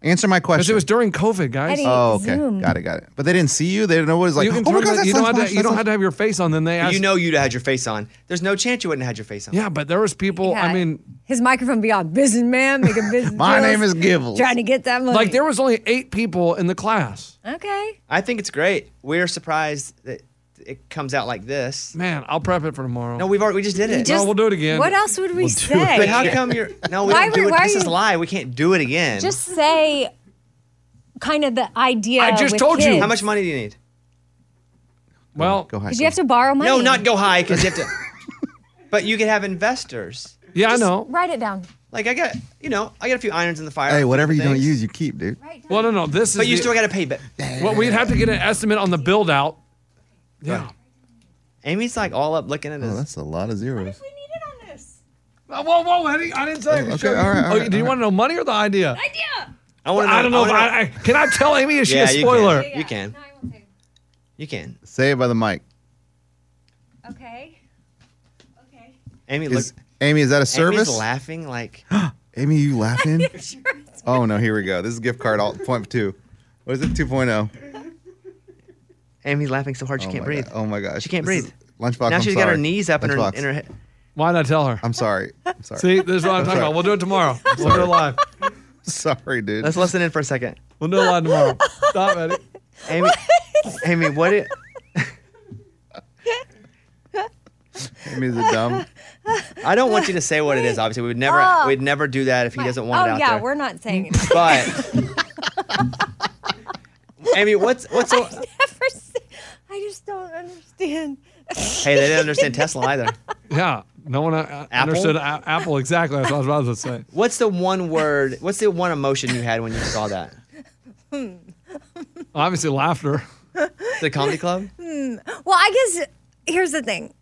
[SPEAKER 5] Answer my
[SPEAKER 6] Because
[SPEAKER 5] question.
[SPEAKER 6] it was during COVID, guys.
[SPEAKER 7] Eddie,
[SPEAKER 5] oh, okay.
[SPEAKER 7] Zoom.
[SPEAKER 5] Got it, got it. But they didn't see you. They didn't know what it was like.
[SPEAKER 6] you can
[SPEAKER 5] oh my
[SPEAKER 6] turn
[SPEAKER 5] God,
[SPEAKER 6] it-
[SPEAKER 5] that's
[SPEAKER 6] you don't,
[SPEAKER 5] lunch,
[SPEAKER 6] have
[SPEAKER 5] lunch,
[SPEAKER 6] to, you
[SPEAKER 5] that's
[SPEAKER 6] don't
[SPEAKER 5] lunch.
[SPEAKER 6] have to have your face on. Then they asked.
[SPEAKER 1] you know you'd have had your face on. There's no chance you wouldn't have had your face on.
[SPEAKER 6] yeah, but there was people. I
[SPEAKER 7] Yeah.
[SPEAKER 6] mean,
[SPEAKER 7] his microphone be on. Businessman, make a business.
[SPEAKER 5] My
[SPEAKER 7] deals,
[SPEAKER 5] name is Gibbles.
[SPEAKER 7] Trying to get that money.
[SPEAKER 6] like there was only eight people in the class.
[SPEAKER 7] Okay.
[SPEAKER 1] I think it's great. We're surprised that it comes out like this.
[SPEAKER 6] Man, I'll prep it for tomorrow.
[SPEAKER 1] No, we've already we just did it.
[SPEAKER 7] Just-
[SPEAKER 6] we'll do it again.
[SPEAKER 7] What else would we say?
[SPEAKER 1] but how come you're? No, we
[SPEAKER 7] Why
[SPEAKER 1] don't do
[SPEAKER 7] would-
[SPEAKER 1] it.
[SPEAKER 7] why
[SPEAKER 1] This
[SPEAKER 7] are
[SPEAKER 1] is
[SPEAKER 7] you-
[SPEAKER 1] live. We can't do it again.
[SPEAKER 7] Just say kind of the idea.
[SPEAKER 6] I just
[SPEAKER 7] with
[SPEAKER 6] told you.
[SPEAKER 7] kids.
[SPEAKER 1] how much money do you need?
[SPEAKER 6] Well,
[SPEAKER 5] Go high.
[SPEAKER 7] Because you have to borrow money.
[SPEAKER 1] No, not go high because you have to. but you could have investors.
[SPEAKER 6] yeah, I know.
[SPEAKER 7] Write it down.
[SPEAKER 1] Like I got, you know, I got a few irons in the fire.
[SPEAKER 5] Hey, whatever you don't
[SPEAKER 1] Things.
[SPEAKER 5] use, you keep, dude.
[SPEAKER 7] Write down.
[SPEAKER 6] Well, no, no. This is.
[SPEAKER 1] But you
[SPEAKER 6] the-
[SPEAKER 1] still got to pay. But
[SPEAKER 6] Well, we'd have to get an estimate on the build out. Yeah.
[SPEAKER 1] Amy's like all up looking at
[SPEAKER 5] Oh,
[SPEAKER 1] us.
[SPEAKER 5] that's a lot of zeros.
[SPEAKER 7] we needed on this
[SPEAKER 6] Uh, Whoa, whoa, Eddie! I didn't say.
[SPEAKER 5] Oh,
[SPEAKER 6] it.
[SPEAKER 5] okay,
[SPEAKER 6] Sure.
[SPEAKER 5] all right, all
[SPEAKER 6] oh,
[SPEAKER 5] right,
[SPEAKER 6] do you
[SPEAKER 5] all
[SPEAKER 6] want to know money or the idea?
[SPEAKER 7] idea.
[SPEAKER 1] I want to.
[SPEAKER 6] I don't know. if
[SPEAKER 1] wanna
[SPEAKER 6] I, I, can I tell Amy? Is she
[SPEAKER 1] Yeah,
[SPEAKER 6] a
[SPEAKER 1] you can.
[SPEAKER 6] spoiler?
[SPEAKER 1] You can.
[SPEAKER 7] No, I won't say.
[SPEAKER 1] You can.
[SPEAKER 5] Say it by the mic.
[SPEAKER 7] Okay. Okay.
[SPEAKER 1] Amy
[SPEAKER 5] Is,
[SPEAKER 1] looks.
[SPEAKER 5] Amy, is that a
[SPEAKER 1] Amy's
[SPEAKER 5] service?
[SPEAKER 1] laughing like.
[SPEAKER 5] Amy, you laughing?
[SPEAKER 7] Sure. it's-
[SPEAKER 5] oh no, here we go. This is gift card all point two. What is it? 2.0.
[SPEAKER 1] Amy's laughing so hard she
[SPEAKER 5] oh
[SPEAKER 1] can't
[SPEAKER 5] my
[SPEAKER 1] breathe.
[SPEAKER 5] God. Oh my gosh.
[SPEAKER 1] She can't
[SPEAKER 5] This
[SPEAKER 1] breathe.
[SPEAKER 5] is- Lunchbox.
[SPEAKER 1] now
[SPEAKER 5] I'm
[SPEAKER 1] she's got her
[SPEAKER 5] sorry.
[SPEAKER 1] knees up and her,
[SPEAKER 5] Lunchbox.
[SPEAKER 1] in her head.
[SPEAKER 6] Why not tell her?
[SPEAKER 5] I'm sorry. I'm sorry.
[SPEAKER 6] See, this is what I'm talking
[SPEAKER 5] sorry.
[SPEAKER 6] about. We'll do it tomorrow. We'll do it live.
[SPEAKER 5] Sorry, dude.
[SPEAKER 1] Let's listen in for a second.
[SPEAKER 6] We'll do it live tomorrow. Stop, Eddie.
[SPEAKER 1] Amy, Amy, what? It,
[SPEAKER 5] Amy's a dumb.
[SPEAKER 1] I don't want you to say what it is. Obviously, we would never,
[SPEAKER 7] Oh.
[SPEAKER 1] we'd never do that if he doesn't want
[SPEAKER 7] oh,
[SPEAKER 1] it out
[SPEAKER 7] yeah,
[SPEAKER 1] there.
[SPEAKER 7] we're not saying it.
[SPEAKER 1] But Amy, what's what's?
[SPEAKER 7] I
[SPEAKER 1] So,
[SPEAKER 7] never say, I just don't understand.
[SPEAKER 1] hey, they didn't understand Tesla either.
[SPEAKER 6] Yeah, no one uh,
[SPEAKER 1] Apple?
[SPEAKER 6] understood a- Apple exactly. That's what I was about to say.
[SPEAKER 1] What's the one word? What's the one emotion you had when you saw that?
[SPEAKER 6] Obviously, laughter.
[SPEAKER 1] The comedy club?
[SPEAKER 7] Well, I guess here's the thing.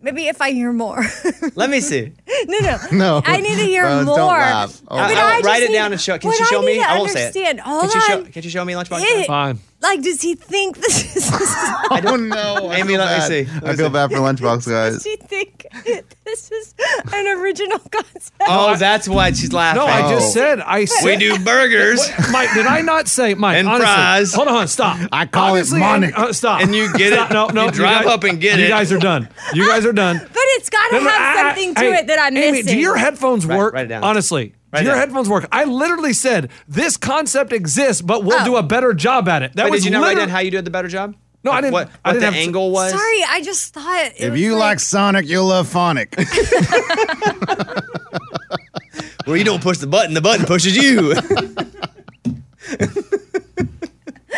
[SPEAKER 7] Maybe if I hear more.
[SPEAKER 1] Let me see.
[SPEAKER 7] no, no.
[SPEAKER 5] No.
[SPEAKER 7] I need to hear
[SPEAKER 5] Bones,
[SPEAKER 7] more.
[SPEAKER 5] don't laugh. Oh,
[SPEAKER 7] But
[SPEAKER 5] no.
[SPEAKER 7] I
[SPEAKER 1] I'll
[SPEAKER 7] just
[SPEAKER 1] write it
[SPEAKER 7] need-
[SPEAKER 1] down and show. Can
[SPEAKER 7] what
[SPEAKER 1] she show
[SPEAKER 7] I
[SPEAKER 1] me?
[SPEAKER 7] Need to
[SPEAKER 1] I won't say it.
[SPEAKER 7] understand. Hold
[SPEAKER 1] can she
[SPEAKER 7] on.
[SPEAKER 1] show? Can she show me lunchbox?
[SPEAKER 7] It-
[SPEAKER 6] Fine.
[SPEAKER 7] like, does he think this is?
[SPEAKER 5] I don't know. I
[SPEAKER 1] Amy,
[SPEAKER 5] feel
[SPEAKER 1] let me see.
[SPEAKER 5] bad.
[SPEAKER 1] Let
[SPEAKER 5] I
[SPEAKER 1] me
[SPEAKER 5] feel
[SPEAKER 1] see.
[SPEAKER 5] bad for Lunchbox,
[SPEAKER 7] does
[SPEAKER 5] guys.
[SPEAKER 7] he think this is an original concept?
[SPEAKER 1] Oh, that's why she's laughing. Oh.
[SPEAKER 6] No, I
[SPEAKER 5] Oh.
[SPEAKER 6] just said. I said.
[SPEAKER 1] we do burgers
[SPEAKER 6] Mike, did I not say, Mike?
[SPEAKER 1] And
[SPEAKER 6] honestly,
[SPEAKER 1] fries.
[SPEAKER 6] Hold on, stop.
[SPEAKER 5] I call it
[SPEAKER 6] Obviously,
[SPEAKER 5] Monic.
[SPEAKER 6] uh, stop.
[SPEAKER 1] and you get it.
[SPEAKER 6] no, no,
[SPEAKER 1] you drive
[SPEAKER 6] guys-
[SPEAKER 1] up and get
[SPEAKER 6] you
[SPEAKER 1] it.
[SPEAKER 6] guys are done. You guys are done.
[SPEAKER 7] But it's got to
[SPEAKER 6] No, no,
[SPEAKER 7] have
[SPEAKER 6] I- I-
[SPEAKER 7] something to
[SPEAKER 6] hey,
[SPEAKER 7] it that I'm
[SPEAKER 6] Amy,
[SPEAKER 7] missing.
[SPEAKER 6] do your headphones
[SPEAKER 1] Write-
[SPEAKER 6] work?
[SPEAKER 1] write it down.
[SPEAKER 6] Honestly,
[SPEAKER 1] Write it
[SPEAKER 6] do your
[SPEAKER 1] down.
[SPEAKER 6] headphones work? I literally said this concept exists, but we'll
[SPEAKER 7] Oh.
[SPEAKER 6] do a better job at it. That
[SPEAKER 1] But
[SPEAKER 6] was
[SPEAKER 1] did you not write
[SPEAKER 6] liter-
[SPEAKER 1] down how you did the better job?
[SPEAKER 6] No, I
[SPEAKER 1] Like
[SPEAKER 6] didn't-
[SPEAKER 1] What,
[SPEAKER 6] I
[SPEAKER 1] what
[SPEAKER 6] didn't
[SPEAKER 1] the
[SPEAKER 6] have-
[SPEAKER 1] angle was?
[SPEAKER 7] Sorry, I just thought. it
[SPEAKER 5] If
[SPEAKER 7] was
[SPEAKER 5] you like Sonic, you'll love Phonic.
[SPEAKER 1] Where you don't push the button, the button pushes you.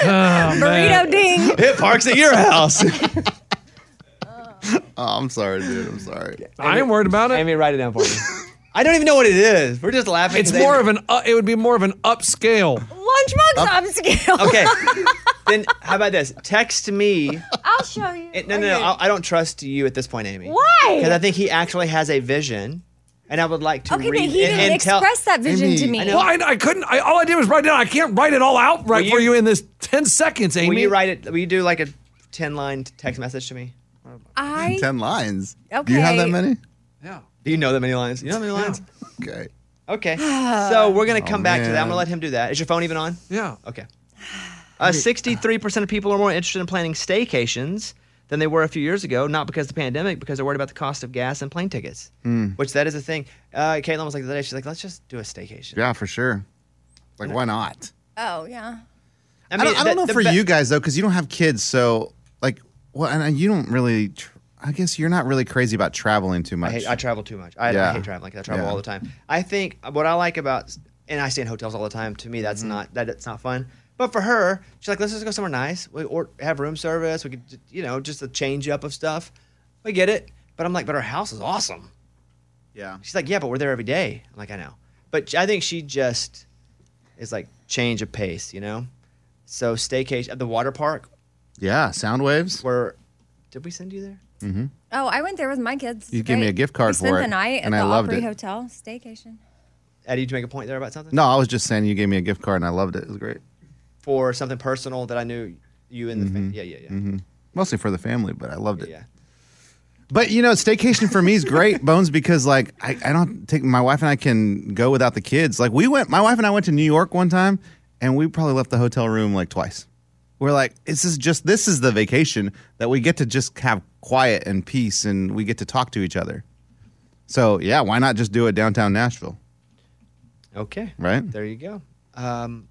[SPEAKER 6] Oh, man.
[SPEAKER 7] burrito ding.
[SPEAKER 1] it parks at your house.
[SPEAKER 5] Oh, I'm sorry, dude. I'm sorry.
[SPEAKER 6] I ain't worried about it.
[SPEAKER 1] Amy, write it down for me. I don't even know what it is. We're just laughing.
[SPEAKER 6] it's
[SPEAKER 1] 'cause
[SPEAKER 6] more
[SPEAKER 1] Amy-
[SPEAKER 6] of an. Uh, it would be more of an upscale.
[SPEAKER 7] Lunchbox
[SPEAKER 5] Uh,
[SPEAKER 7] upscale.
[SPEAKER 1] Okay. then how about this? Text me.
[SPEAKER 7] I'll show you.
[SPEAKER 1] It- no, no, no.
[SPEAKER 7] Okay.
[SPEAKER 1] I I don't trust you at this point, Amy.
[SPEAKER 7] Why?
[SPEAKER 1] Because I think he actually has a vision, and I would like to
[SPEAKER 7] Okay,
[SPEAKER 1] read
[SPEAKER 7] but he
[SPEAKER 1] and,
[SPEAKER 7] didn't
[SPEAKER 1] and tell.
[SPEAKER 7] express that vision
[SPEAKER 5] Amy,
[SPEAKER 7] to me.
[SPEAKER 1] I know.
[SPEAKER 6] Well, I, I couldn't. I, all I did was write it down. I can't write it all out right
[SPEAKER 1] Will
[SPEAKER 6] for
[SPEAKER 1] you-
[SPEAKER 6] you in this ten seconds, Amy.
[SPEAKER 1] Will you write it? Will you do like a ten-line text message to me?
[SPEAKER 7] I
[SPEAKER 5] Ten lines. Do you
[SPEAKER 7] Okay.
[SPEAKER 5] have that many?
[SPEAKER 6] Yeah.
[SPEAKER 1] Do you know that many lines? You know that many lines?
[SPEAKER 5] Okay.
[SPEAKER 1] Okay. so we're gonna come back to that. I'm
[SPEAKER 5] Oh, man.
[SPEAKER 1] gonna let him do that. Is your phone even on?
[SPEAKER 6] Yeah.
[SPEAKER 1] Okay. Uh, 63% of people are more interested in planning staycations than they were a few years ago, not because of the pandemic, because they're worried about the cost of gas and plane tickets,
[SPEAKER 5] Hmm.
[SPEAKER 1] which that is a thing. Uh, Caitlin was like the other day, she's like, let's just do a staycation.
[SPEAKER 5] Yeah, for sure. Like, why not?
[SPEAKER 7] Oh yeah.
[SPEAKER 5] I, don't, I
[SPEAKER 1] the-
[SPEAKER 5] don't know
[SPEAKER 1] the
[SPEAKER 5] for
[SPEAKER 1] be-
[SPEAKER 5] you guys though, because you don't have kids. So, like, well, and uh, you don't really. Tr- I guess you're not really crazy about traveling too much.
[SPEAKER 1] I, hate, I travel too much. I, I
[SPEAKER 5] Yeah.
[SPEAKER 1] hate traveling. Like I travel
[SPEAKER 5] Yeah.
[SPEAKER 1] all the time. I think what I like about and I stay in hotels all the time. To me,
[SPEAKER 5] Mm-hmm.
[SPEAKER 1] that's not that it's not fun. But for her, she's like, let's just go somewhere nice. We or have room service. We could, j- you know, just a change up of stuff. We get it. But I'm like, but her house is awesome.
[SPEAKER 5] yeah.
[SPEAKER 1] She's like, yeah, but we're there every day. I'm like, I know. But I think she just is like change of pace, you know. So staycation at the water park.
[SPEAKER 5] Yeah. Sound waves.
[SPEAKER 1] Where did we send you there?
[SPEAKER 7] Oh, I went there with my kids.
[SPEAKER 5] You gave me
[SPEAKER 7] Great.
[SPEAKER 5] a gift card
[SPEAKER 7] we spent
[SPEAKER 5] for it,
[SPEAKER 7] the night at
[SPEAKER 5] and
[SPEAKER 7] the
[SPEAKER 5] I loved
[SPEAKER 7] Opry
[SPEAKER 5] it.
[SPEAKER 7] Hotel staycation.
[SPEAKER 1] Eddie, did you make a point there about something?
[SPEAKER 5] No, I was just saying you gave me a gift card and I loved it. It was great.
[SPEAKER 1] For something personal that I knew you and the
[SPEAKER 5] Mm-hmm.
[SPEAKER 1] fam- yeah, yeah, yeah.
[SPEAKER 5] Mostly for the family, but I loved it.
[SPEAKER 1] Yeah.
[SPEAKER 5] But you know, staycation for me is great, Bones, because like I, I don't take my wife and I can go without the kids. Like we went, my wife and I went to New York one time, and we probably left the hotel room like twice. We're like, this is just this is the vacation that we get to just have quiet and peace, and we get to talk to each other. So yeah, why not just do it downtown Nashville,
[SPEAKER 1] Okay.
[SPEAKER 5] right?
[SPEAKER 1] There you go. Um,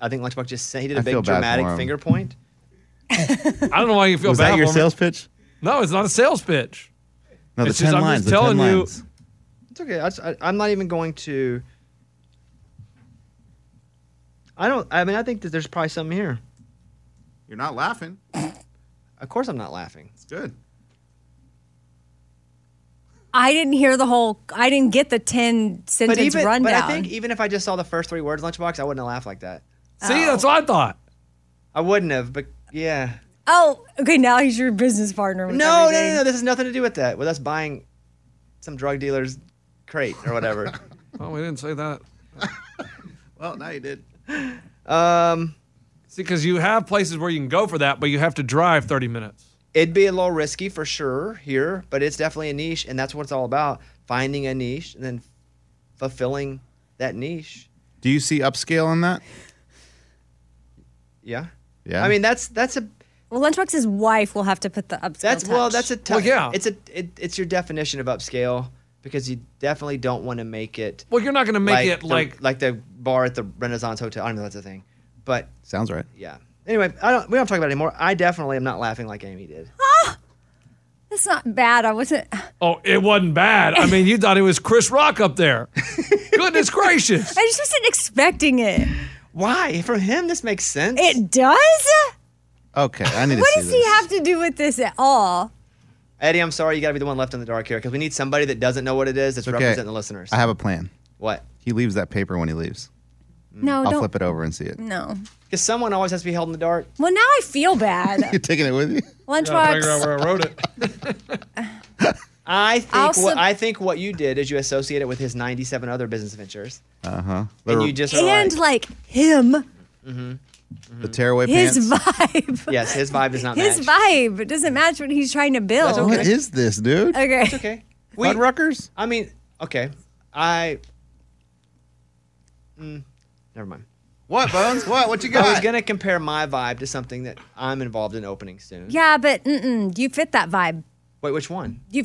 [SPEAKER 1] I think Lunchbox just said he did a
[SPEAKER 5] I feel
[SPEAKER 1] big
[SPEAKER 5] bad for
[SPEAKER 1] dramatic
[SPEAKER 5] him.
[SPEAKER 1] finger point.
[SPEAKER 6] I don't know why you feel
[SPEAKER 5] Was
[SPEAKER 6] bad.
[SPEAKER 5] that your
[SPEAKER 6] for me.
[SPEAKER 5] sales pitch?
[SPEAKER 6] No, it's not a sales pitch.
[SPEAKER 5] No, the
[SPEAKER 6] It's
[SPEAKER 5] ten
[SPEAKER 6] just- I'm
[SPEAKER 5] lines.
[SPEAKER 6] just
[SPEAKER 5] the 10
[SPEAKER 6] telling you-
[SPEAKER 5] lines.
[SPEAKER 1] It's okay. I, just- I, I'm not even going to. I don't. I mean, I think that there's probably something here.
[SPEAKER 5] You're not laughing.
[SPEAKER 1] Of course, I'm not laughing.
[SPEAKER 5] It's good.
[SPEAKER 7] I didn't hear the whole. I didn't get the ten sentence
[SPEAKER 1] But even, but
[SPEAKER 7] rundown.
[SPEAKER 1] I think e- even if I just saw the first three words, Lunchbox, I wouldn't have laughed like that.
[SPEAKER 6] See,
[SPEAKER 1] Oh.
[SPEAKER 6] that's what I thought.
[SPEAKER 1] I wouldn't have. But yeah.
[SPEAKER 7] oh, okay. Now he's your business partner. With
[SPEAKER 1] No, no,
[SPEAKER 7] everything.
[SPEAKER 1] no, no. This has nothing to do with that. With us buying some drug dealer's crate or whatever.
[SPEAKER 6] Oh, we didn't say that.
[SPEAKER 5] Well, now you did.
[SPEAKER 1] um,
[SPEAKER 6] See, because you have places where you can go for that, but you have to drive 30 minutes.
[SPEAKER 1] it'd be a little risky for sure here, but it's definitely a niche, and that's what it's all about: finding a niche and then fulfilling that niche.
[SPEAKER 5] Do you see upscale on that?
[SPEAKER 1] Yeah.
[SPEAKER 5] Yeah.
[SPEAKER 1] I mean, that's that's a
[SPEAKER 7] Well, Lunchbox's wife will have to put the upscale.
[SPEAKER 1] that's well,
[SPEAKER 7] touch.
[SPEAKER 1] that's a
[SPEAKER 6] Well,
[SPEAKER 1] tough.
[SPEAKER 6] yeah.
[SPEAKER 1] It's a it, it's your definition of upscale because you definitely don't want to make it
[SPEAKER 6] Well, you're not going to make
[SPEAKER 1] like
[SPEAKER 6] it
[SPEAKER 1] the,
[SPEAKER 6] like.
[SPEAKER 1] like the bar at the Renaissance Hotel. I don't know if that's a thing, but
[SPEAKER 5] sounds right.
[SPEAKER 1] yeah. Anyway, I don't. We don't talk about it anymore. I definitely am not laughing like Amy did.
[SPEAKER 7] That's not bad. I wasn't. I
[SPEAKER 6] oh, it wasn't bad. I mean, you thought it was Chris Rock up there. Goodness gracious.
[SPEAKER 7] just wasn't expecting it.
[SPEAKER 1] Why? From him, this makes sense.
[SPEAKER 7] It does.
[SPEAKER 5] Okay, I need to
[SPEAKER 7] What
[SPEAKER 5] see
[SPEAKER 7] does
[SPEAKER 5] this.
[SPEAKER 7] he have to do with this at all?
[SPEAKER 1] Eddie, I'm sorry, you got to be the one left in the dark here because we need somebody that doesn't know what it is that's representing the listeners.
[SPEAKER 5] I have a plan.
[SPEAKER 1] what?
[SPEAKER 5] He leaves that paper when he leaves.
[SPEAKER 7] No,
[SPEAKER 5] I'll
[SPEAKER 7] Oh, don't.
[SPEAKER 5] flip it over and see it.
[SPEAKER 7] No.
[SPEAKER 1] Because someone always has to be held in the dark.
[SPEAKER 7] Well, now I feel bad.
[SPEAKER 5] You're taking it with you.
[SPEAKER 7] Lunchbox.
[SPEAKER 6] where I wrote it.
[SPEAKER 1] I think
[SPEAKER 7] I'll
[SPEAKER 1] what
[SPEAKER 7] sub-
[SPEAKER 1] I think what you did is you associate it with his 97 other business ventures,
[SPEAKER 5] Uh huh.
[SPEAKER 1] and
[SPEAKER 5] The,
[SPEAKER 1] you just are
[SPEAKER 7] And
[SPEAKER 1] like,
[SPEAKER 7] like him,
[SPEAKER 5] the tearaway
[SPEAKER 7] his
[SPEAKER 5] pants.
[SPEAKER 7] vibe.
[SPEAKER 1] yes, his vibe does not
[SPEAKER 7] His
[SPEAKER 1] match.
[SPEAKER 7] vibe doesn't match what he's trying to build.
[SPEAKER 5] What is this, dude?
[SPEAKER 7] Okay.
[SPEAKER 1] Okay, we,
[SPEAKER 5] Fuddruckers?
[SPEAKER 1] I mean, okay, I. Mm, never mind.
[SPEAKER 5] What, Bones? What? What you
[SPEAKER 1] I was gonna compare my vibe to something that I'm involved in opening soon.
[SPEAKER 7] Yeah, but mm-mm, you fit that vibe.
[SPEAKER 1] Wait, which one?
[SPEAKER 7] You,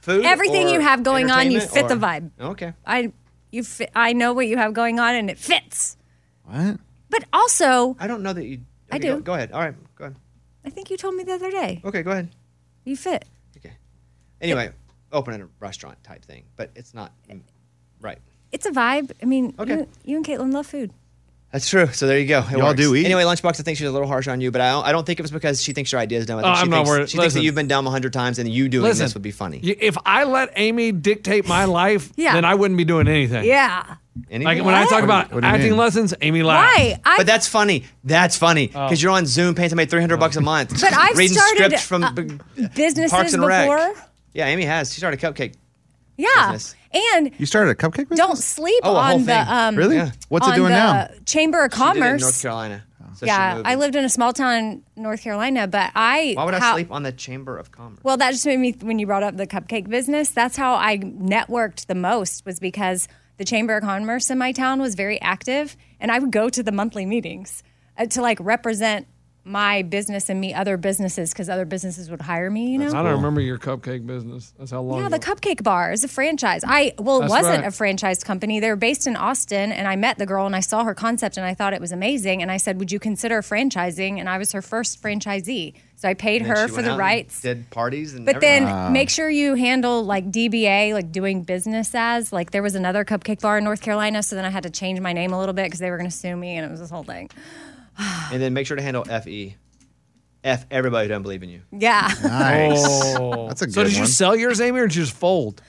[SPEAKER 1] Food.
[SPEAKER 7] Everything
[SPEAKER 1] or
[SPEAKER 7] you have going on, you
[SPEAKER 1] entertainment
[SPEAKER 7] fit the
[SPEAKER 1] or-
[SPEAKER 7] vibe.
[SPEAKER 1] Okay.
[SPEAKER 7] I, you fit. I know what you have going on, and it fits.
[SPEAKER 5] What?
[SPEAKER 7] But also,
[SPEAKER 1] I don't know that you.
[SPEAKER 7] I
[SPEAKER 1] okay,
[SPEAKER 7] do.
[SPEAKER 1] Go, go ahead. All right. Go ahead.
[SPEAKER 7] I think you told me the other day
[SPEAKER 1] Okay. Go ahead.
[SPEAKER 7] you fit.
[SPEAKER 1] Okay. Anyway, open a restaurant type thing, but it's not
[SPEAKER 7] Eh.
[SPEAKER 1] mm, right.
[SPEAKER 7] It's a vibe. I mean,
[SPEAKER 1] Okay.
[SPEAKER 7] you, you and Caitlin love food.
[SPEAKER 1] That's true. So there you go. It
[SPEAKER 5] Y'all
[SPEAKER 1] works.
[SPEAKER 5] do eat.
[SPEAKER 1] Anyway, Lunchbox, I think she was a little harsh on you, but I don't, I don't think it was because she thinks your idea is dumb. I think
[SPEAKER 6] Oh,
[SPEAKER 1] she
[SPEAKER 6] I'm not
[SPEAKER 1] thinks,
[SPEAKER 6] worried.
[SPEAKER 1] She thinks that
[SPEAKER 6] Listen.
[SPEAKER 1] you've been dumb a hundred times and you doing
[SPEAKER 6] Listen,
[SPEAKER 1] this would be funny.
[SPEAKER 6] y- If I let Amy dictate my life,
[SPEAKER 7] Yeah.
[SPEAKER 6] then I wouldn't be doing anything.
[SPEAKER 7] Yeah.
[SPEAKER 1] Anyway.
[SPEAKER 6] Like when I
[SPEAKER 7] What?
[SPEAKER 6] talk about
[SPEAKER 5] What do you
[SPEAKER 6] acting
[SPEAKER 5] mean?
[SPEAKER 6] lessons, Amy laughs.
[SPEAKER 7] Why? I,
[SPEAKER 1] but that's funny. That's funny
[SPEAKER 6] Oh.
[SPEAKER 1] because you're on Zoom paying somebody 300 bucks a month.
[SPEAKER 7] But I've
[SPEAKER 1] reading
[SPEAKER 7] started,
[SPEAKER 1] scripts from
[SPEAKER 7] uh,
[SPEAKER 1] big-
[SPEAKER 7] businesses
[SPEAKER 1] Parks and
[SPEAKER 7] before.
[SPEAKER 1] Rec. Yeah, Amy has. She started a cupcake.
[SPEAKER 7] Yeah.
[SPEAKER 1] Business.
[SPEAKER 7] And
[SPEAKER 5] You started a cupcake business?
[SPEAKER 7] don't sleep
[SPEAKER 1] Oh, a whole
[SPEAKER 7] on the
[SPEAKER 1] thing.
[SPEAKER 7] um
[SPEAKER 5] Really?
[SPEAKER 1] Yeah.
[SPEAKER 5] What's it
[SPEAKER 7] on
[SPEAKER 5] doing
[SPEAKER 7] the
[SPEAKER 5] now?
[SPEAKER 7] Chamber of
[SPEAKER 1] She did it in North
[SPEAKER 7] Commerce.
[SPEAKER 1] Carolina. So she
[SPEAKER 7] Yeah,
[SPEAKER 1] moved.
[SPEAKER 7] I lived in a small town in North Carolina, but I
[SPEAKER 1] Why would I
[SPEAKER 7] how-
[SPEAKER 1] sleep on the Chamber of Commerce?
[SPEAKER 7] Well, that just made me when you brought up the cupcake business. That's how I networked the most was because the Chamber of Commerce in my town was very active, and I would go to the monthly meetings uh, to like represent my business and meet other businesses because other businesses would hire me. You know,
[SPEAKER 6] I don't remember your cupcake business. That's how
[SPEAKER 1] Oh,
[SPEAKER 6] long.
[SPEAKER 7] yeah,
[SPEAKER 6] ago.
[SPEAKER 7] the Cupcake Bar is a franchise. I well, it
[SPEAKER 6] That's
[SPEAKER 7] wasn't
[SPEAKER 6] right.
[SPEAKER 7] a franchise company. They were based in Austin, and I met the girl and I saw her concept and I thought it was amazing. And I said, "Would you consider franchising?" And I was her first franchisee, so I paid
[SPEAKER 1] And then
[SPEAKER 7] her
[SPEAKER 1] she
[SPEAKER 7] for
[SPEAKER 1] went out
[SPEAKER 7] the
[SPEAKER 1] and
[SPEAKER 7] rights.
[SPEAKER 1] Did parties and
[SPEAKER 7] But
[SPEAKER 1] everything.
[SPEAKER 7] then make sure you handle like DBA, like doing business as. Like there was another cupcake bar in North Carolina, so then I had to change my name a little bit because they were going to sue me, and it was this whole thing.
[SPEAKER 1] and then make sure to handle FE. F everybody who doesn't believe in you.
[SPEAKER 7] Yeah,
[SPEAKER 5] Nice.
[SPEAKER 6] Oh.
[SPEAKER 5] That's a
[SPEAKER 6] So
[SPEAKER 5] good
[SPEAKER 6] did you
[SPEAKER 5] one.
[SPEAKER 6] sell yours, Amy, or did you just fold?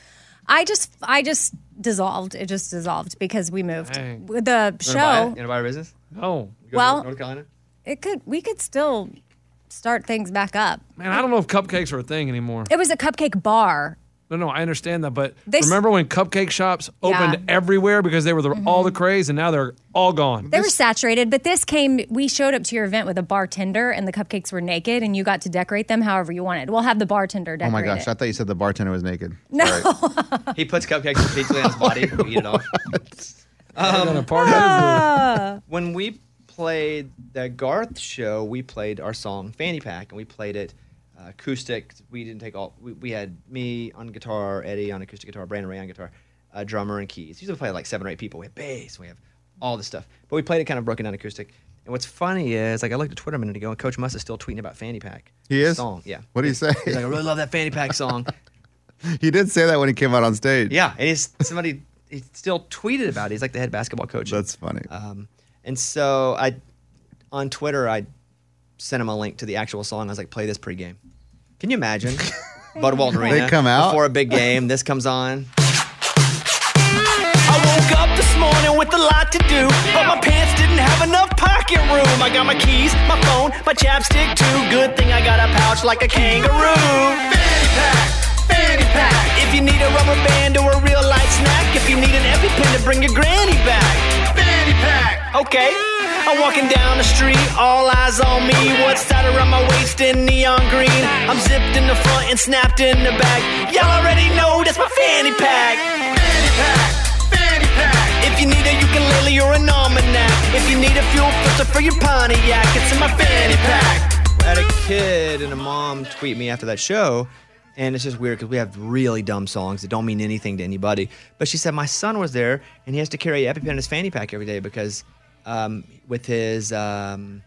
[SPEAKER 7] I just, I just dissolved. It just dissolved because we moved.
[SPEAKER 6] Dang.
[SPEAKER 7] With The
[SPEAKER 1] You wanna buy it?
[SPEAKER 7] show,
[SPEAKER 1] You wanna buy our business?
[SPEAKER 6] No.
[SPEAKER 1] You go to
[SPEAKER 7] Well-
[SPEAKER 1] North- North Carolina.
[SPEAKER 7] it could, we could still start things back up.
[SPEAKER 6] Man, I don't know if cupcakes are a thing anymore.
[SPEAKER 7] It was a cupcake bar
[SPEAKER 6] No, no, I understand that, but
[SPEAKER 7] They s-
[SPEAKER 6] remember when cupcake shops opened
[SPEAKER 7] Yeah. Mm-hmm.
[SPEAKER 6] everywhere because they were the, all the craze, and now they're all gone.
[SPEAKER 7] They were saturated, but this came. We showed up to your event with a bartender, and the cupcakes were naked, and you got to decorate them however you wanted. We'll have the bartender decorate.
[SPEAKER 5] Oh my gosh, I
[SPEAKER 7] It.
[SPEAKER 5] thought you said the bartender was naked.
[SPEAKER 7] No,
[SPEAKER 1] He puts cupcakes repeatedly on his body. We eat it off.
[SPEAKER 6] They're
[SPEAKER 7] Um,
[SPEAKER 6] gonna party
[SPEAKER 1] When we played the Garth show, we played our song Fanny Pack, and we played it uh, acoustic. We didn't take all. We, we had me on guitar, Eddie on acoustic guitar, Brandon Ray on guitar, a drummer and keys. Usually we play like seven or eight people. We have bass. We have all this stuff, but we played it kind of broken down acoustic. And what's funny is, like, I looked at Twitter a minute ago, and Coach Muss is still tweeting about Fanny Pack.
[SPEAKER 5] He is?
[SPEAKER 1] Song, yeah.
[SPEAKER 5] What do you say?
[SPEAKER 1] He's like, I really love that Fanny Pack song.
[SPEAKER 5] He did say that when he came out on stage.
[SPEAKER 1] Yeah, and he's somebody he still tweeted about it. He's like the head basketball coach.
[SPEAKER 5] That's funny.
[SPEAKER 1] um, and so I on Twitter I sent him a link to the actual song. I was like, play this pregame. Can you imagine? Bud Walton Arena
[SPEAKER 5] They come out?
[SPEAKER 1] before a big game. This comes on.
[SPEAKER 8] I woke up this morning with a lot to do, but my pants didn't have enough pocket room. I got my keys, my phone, my chapstick too. Good thing I got a pouch like a kangaroo. Fanny pack, fanny pack. If you need a rubber band or a real light snack, if you need an EpiPen to bring your granny back. Fanny pack. Okay. I'm walking down the street, all eyes on me. What's tied around my waist in neon green? I'm zipped in the front and snapped in the back. Y'all already know that's my fanny pack. Fanny pack, fanny pack. If you need a ukulele or an almanac, if you need a fuel filter for your Pontiac, it's in my fanny pack.
[SPEAKER 1] I had a kid and a mom tweet me after that show, and it's just weird because we have really dumb songs that don't mean anything to anybody. But she said my son was there, and he has to carry EpiPen in his fanny pack every day because um, with his. Um,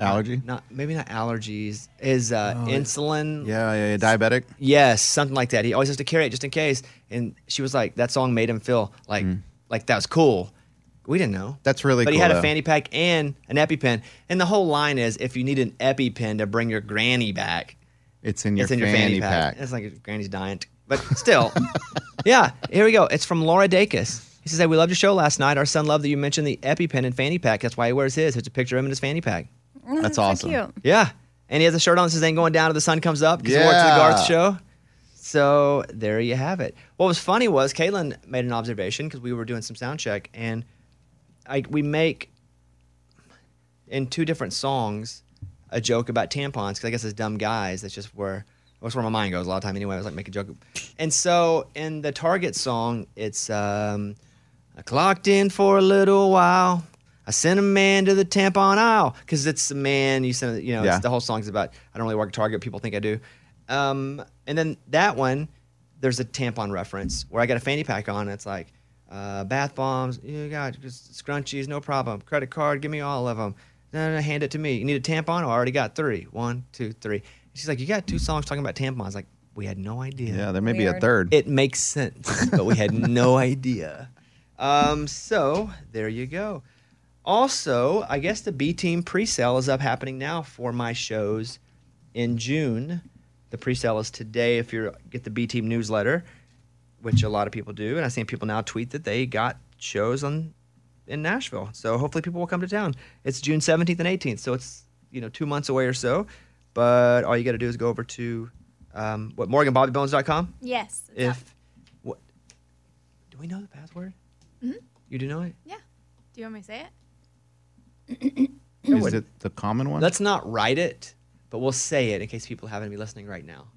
[SPEAKER 5] Allergy?
[SPEAKER 1] not maybe not allergies is uh, insulin
[SPEAKER 5] Oh, Yeah, yeah, yeah. Diabetic.
[SPEAKER 1] yes something like that he always has to carry it just in case and she was like that song made him feel like like that was cool we didn't know
[SPEAKER 5] Mm. That's really
[SPEAKER 1] but he
[SPEAKER 5] cool,
[SPEAKER 1] had
[SPEAKER 5] though.
[SPEAKER 1] a fanny pack and an epipen and the whole line is if you need an epipen to bring your granny back
[SPEAKER 5] It's in your,
[SPEAKER 1] it's in your
[SPEAKER 5] fanny, pack.
[SPEAKER 1] it's like your granny's dying but still yeah here we go it's from laura dacus he says hey we loved your show last night our son loved that you mentioned the epipen and fanny pack that's why he wears his it's a picture of him in his fanny pack
[SPEAKER 5] That's
[SPEAKER 7] Oh, so
[SPEAKER 5] awesome.
[SPEAKER 7] cute.
[SPEAKER 1] yeah. And he has a shirt on that says ain't going down till the sun comes up because he wore it to the
[SPEAKER 5] Yeah.
[SPEAKER 1] Garth show. So there you have it. What was funny was Caitlin made an observation because we were doing some sound check and I, we make in two different songs a joke about tampons because I guess as dumb guys that's just where that's where my mind goes a lot of time anyway. I was like make a joke, and so in the Target song it's um, I clocked in for a little while. I sent a man to the tampon aisle because it's the man you send. You know,
[SPEAKER 5] Yeah.
[SPEAKER 1] it's, the whole song's about I don't really work at Target. People think I do. Um, and then that one there's a tampon reference where I got a fanny pack on. And it's like uh, bath bombs, you got just scrunchies, no problem. Credit card, give me all of them. No, no, no, hand it to me. You need a tampon? Oh, I already got three. One, two, three. She's like, you got two songs talking about tampons. Like we had no idea.
[SPEAKER 5] Yeah, there may be a
[SPEAKER 7] Weird.
[SPEAKER 5] third.
[SPEAKER 1] It makes sense, but we had no idea. Um, so there you go. Also, I guess the B Team pre-sale is up happening now for my shows in June. The pre-sale is today if you get the B Team newsletter, which a lot of people do, and I've seen people now tweet that they got shows on in Nashville. So hopefully people will come to town. It's June 17th and 18th, so it's you know two months away or so. But all you got to do is go over to um, what morganbobbybones.com
[SPEAKER 9] Yes. it's up.
[SPEAKER 1] if what do we know the password?
[SPEAKER 9] Mm-hmm.
[SPEAKER 1] You do know it.
[SPEAKER 9] Yeah. Do you want me to say it?
[SPEAKER 5] Is it the common one?
[SPEAKER 1] Let's not write it, but we'll say it in case people happen to be listening right now.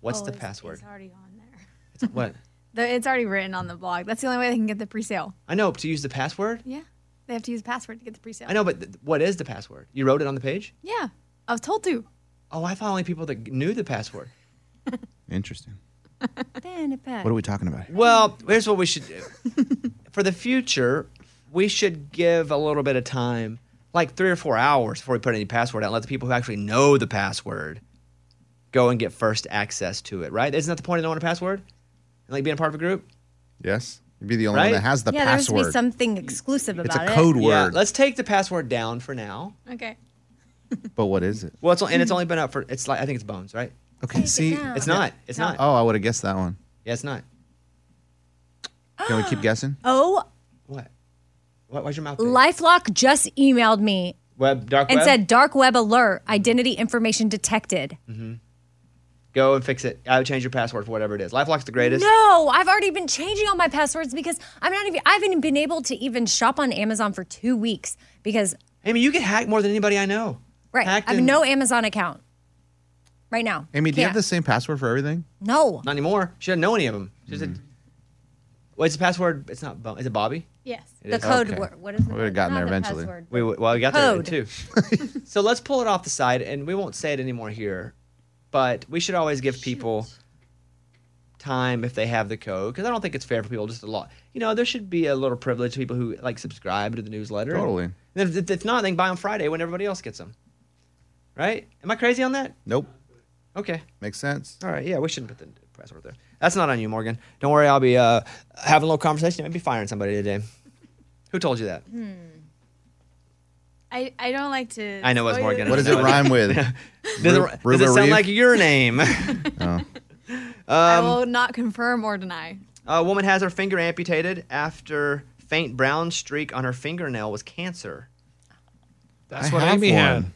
[SPEAKER 1] What's
[SPEAKER 9] Oh,
[SPEAKER 1] the
[SPEAKER 9] it's-
[SPEAKER 1] password?
[SPEAKER 9] It's already on there.
[SPEAKER 1] It's- what?
[SPEAKER 9] The, it's already written on the blog. That's the only way they can get the pre-sale.
[SPEAKER 1] I know to use the password.
[SPEAKER 9] Yeah. They have to use a password to get the pre-sale.
[SPEAKER 1] I know, but th- what is the password? You wrote it on the page.
[SPEAKER 9] Yeah. I was told to.
[SPEAKER 1] Oh, I thought only people that knew the password.
[SPEAKER 5] Interesting.
[SPEAKER 7] Fanny pack.
[SPEAKER 5] What are we talking about? here?
[SPEAKER 1] Well, here's what we should do. For the future, we should give a little bit of time, like three or four hours before we put any password out, and let the people who actually know the password go and get first access to it, right? Isn't that the point of knowing a password? And like being a part of a group?
[SPEAKER 5] Yes. You'd be the only
[SPEAKER 1] Right?
[SPEAKER 5] one that has the
[SPEAKER 7] yeah, there has to
[SPEAKER 5] password.
[SPEAKER 7] be something exclusive
[SPEAKER 5] it's a
[SPEAKER 7] about
[SPEAKER 5] code
[SPEAKER 7] it.
[SPEAKER 1] Yeah.
[SPEAKER 5] word.
[SPEAKER 1] Let's take the password down for now.
[SPEAKER 9] Okay.
[SPEAKER 5] but what is it?
[SPEAKER 1] Well, it's, and it's only been up for, it's like, I think it's Bones, right?
[SPEAKER 5] Okay, see.
[SPEAKER 7] down.
[SPEAKER 1] It's not. It's not.
[SPEAKER 5] Oh, I would have guessed that one.
[SPEAKER 1] Yeah, it's not.
[SPEAKER 5] Can we keep guessing?
[SPEAKER 7] Oh,
[SPEAKER 1] What? what why's your mouth? big?
[SPEAKER 7] LifeLock just emailed me
[SPEAKER 1] Web, dark
[SPEAKER 7] and
[SPEAKER 1] web?
[SPEAKER 7] said dark web alert, identity information detected.
[SPEAKER 1] Go and fix it. I would change your password for whatever it is. LifeLock's the greatest.
[SPEAKER 7] No, I've already been changing all my passwords because I'm not even. I haven't been able to even shop on Amazon for two weeks because
[SPEAKER 1] Amy, you get hacked more than anybody I know.
[SPEAKER 7] right,
[SPEAKER 1] Hacked
[SPEAKER 7] I have
[SPEAKER 1] and-
[SPEAKER 7] no Amazon account right now.
[SPEAKER 5] Amy, do you have
[SPEAKER 7] Can't.
[SPEAKER 5] the same password for everything?
[SPEAKER 7] No,
[SPEAKER 1] Not anymore. She doesn't know any of them. She said, "What's the password? It's not. Bo- Is it Bobby?
[SPEAKER 9] Yes.
[SPEAKER 1] It
[SPEAKER 7] the
[SPEAKER 1] is.
[SPEAKER 7] code
[SPEAKER 5] okay.
[SPEAKER 7] word. What is the
[SPEAKER 5] We would've
[SPEAKER 7] word?
[SPEAKER 5] gotten
[SPEAKER 7] Not
[SPEAKER 5] there
[SPEAKER 7] the
[SPEAKER 5] eventually.
[SPEAKER 7] password.
[SPEAKER 1] We, we- well, we got there
[SPEAKER 7] Code.
[SPEAKER 1] too. so let's pull it off the side, and we won't say it anymore here. But we should always give people time if they have the code, because I don't think it's fair for people just a lot. You know, there should be a little privilege to people who like subscribe to the newsletter.
[SPEAKER 5] Totally.
[SPEAKER 1] And if, if not, they can buy on Friday when everybody else gets them. Right? Am I crazy on that?
[SPEAKER 5] Nope.
[SPEAKER 1] Okay.
[SPEAKER 5] Makes sense.
[SPEAKER 1] All right, yeah, we shouldn't put the password there. That's not on you, Morgan. Don't worry, I'll be uh, having a little conversation. I might be firing somebody today. Who told you that?
[SPEAKER 9] I, I don't like to.
[SPEAKER 1] I know it's
[SPEAKER 9] spoil
[SPEAKER 1] Morgan.
[SPEAKER 5] What does it rhyme with?
[SPEAKER 1] Does,
[SPEAKER 5] Ru-
[SPEAKER 1] it, does it
[SPEAKER 5] Ruba
[SPEAKER 1] sound
[SPEAKER 5] Reeve?
[SPEAKER 1] like your name?
[SPEAKER 9] I
[SPEAKER 1] Um,
[SPEAKER 9] will not confirm or deny.
[SPEAKER 1] a woman has her finger amputated after faint brown streak on her fingernail was cancer.
[SPEAKER 6] That's
[SPEAKER 5] I
[SPEAKER 6] what
[SPEAKER 5] have
[SPEAKER 6] Amy had.
[SPEAKER 5] one.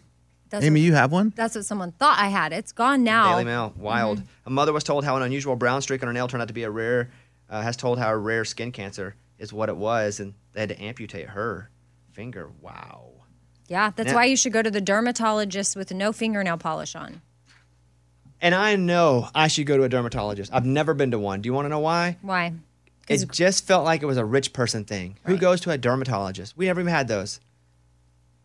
[SPEAKER 7] That's
[SPEAKER 5] Amy,
[SPEAKER 7] what,
[SPEAKER 5] you have one?
[SPEAKER 7] that's what someone thought I had. It's gone now.
[SPEAKER 1] Daily Mail, wild. A mother was told how an unusual brown streak on her nail turned out to be a rare, uh, has told how a rare skin cancer is what it was, and they had to amputate her finger. Wow.
[SPEAKER 7] Yeah, that's
[SPEAKER 1] Yeah.
[SPEAKER 7] why you should go to the dermatologist with no fingernail polish on.
[SPEAKER 1] And I know I should go to a dermatologist. I've never been to one. Do you want to know why?
[SPEAKER 7] Why? 'Cause-
[SPEAKER 1] It just felt like it was a rich person thing. Who goes to a dermatologist? We never even had those.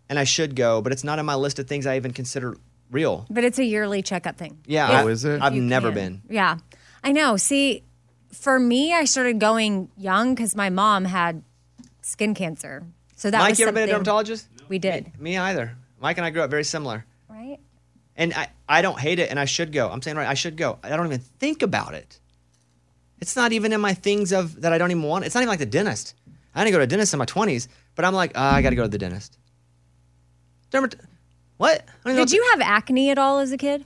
[SPEAKER 1] And I should go, but it's not on my list of things I even consider real.
[SPEAKER 7] But it's a yearly checkup thing.
[SPEAKER 1] Yeah.
[SPEAKER 5] Oh,
[SPEAKER 1] I,
[SPEAKER 5] is it?
[SPEAKER 1] I've
[SPEAKER 7] You
[SPEAKER 1] never
[SPEAKER 7] can.
[SPEAKER 1] been.
[SPEAKER 7] Yeah. I know. See, for me, I started going young because my mom had skin cancer. So that
[SPEAKER 1] Mike,
[SPEAKER 7] was
[SPEAKER 1] you ever been a
[SPEAKER 7] something
[SPEAKER 1] dermatologist?
[SPEAKER 7] We did.
[SPEAKER 1] Me either. Mike and I grew up very similar.
[SPEAKER 7] Right?
[SPEAKER 1] And I, I don't hate it, and I should go. I'm saying, right, I should go. I don't even think about it. It's not even in my things of that I don't even want. It's not even like the dentist. I didn't go to a dentist in my 20s, but I'm like, ah, I got to go to the dentist. Dermat- what? I don't even know what
[SPEAKER 7] Did
[SPEAKER 1] the-
[SPEAKER 7] you have acne at all as a kid?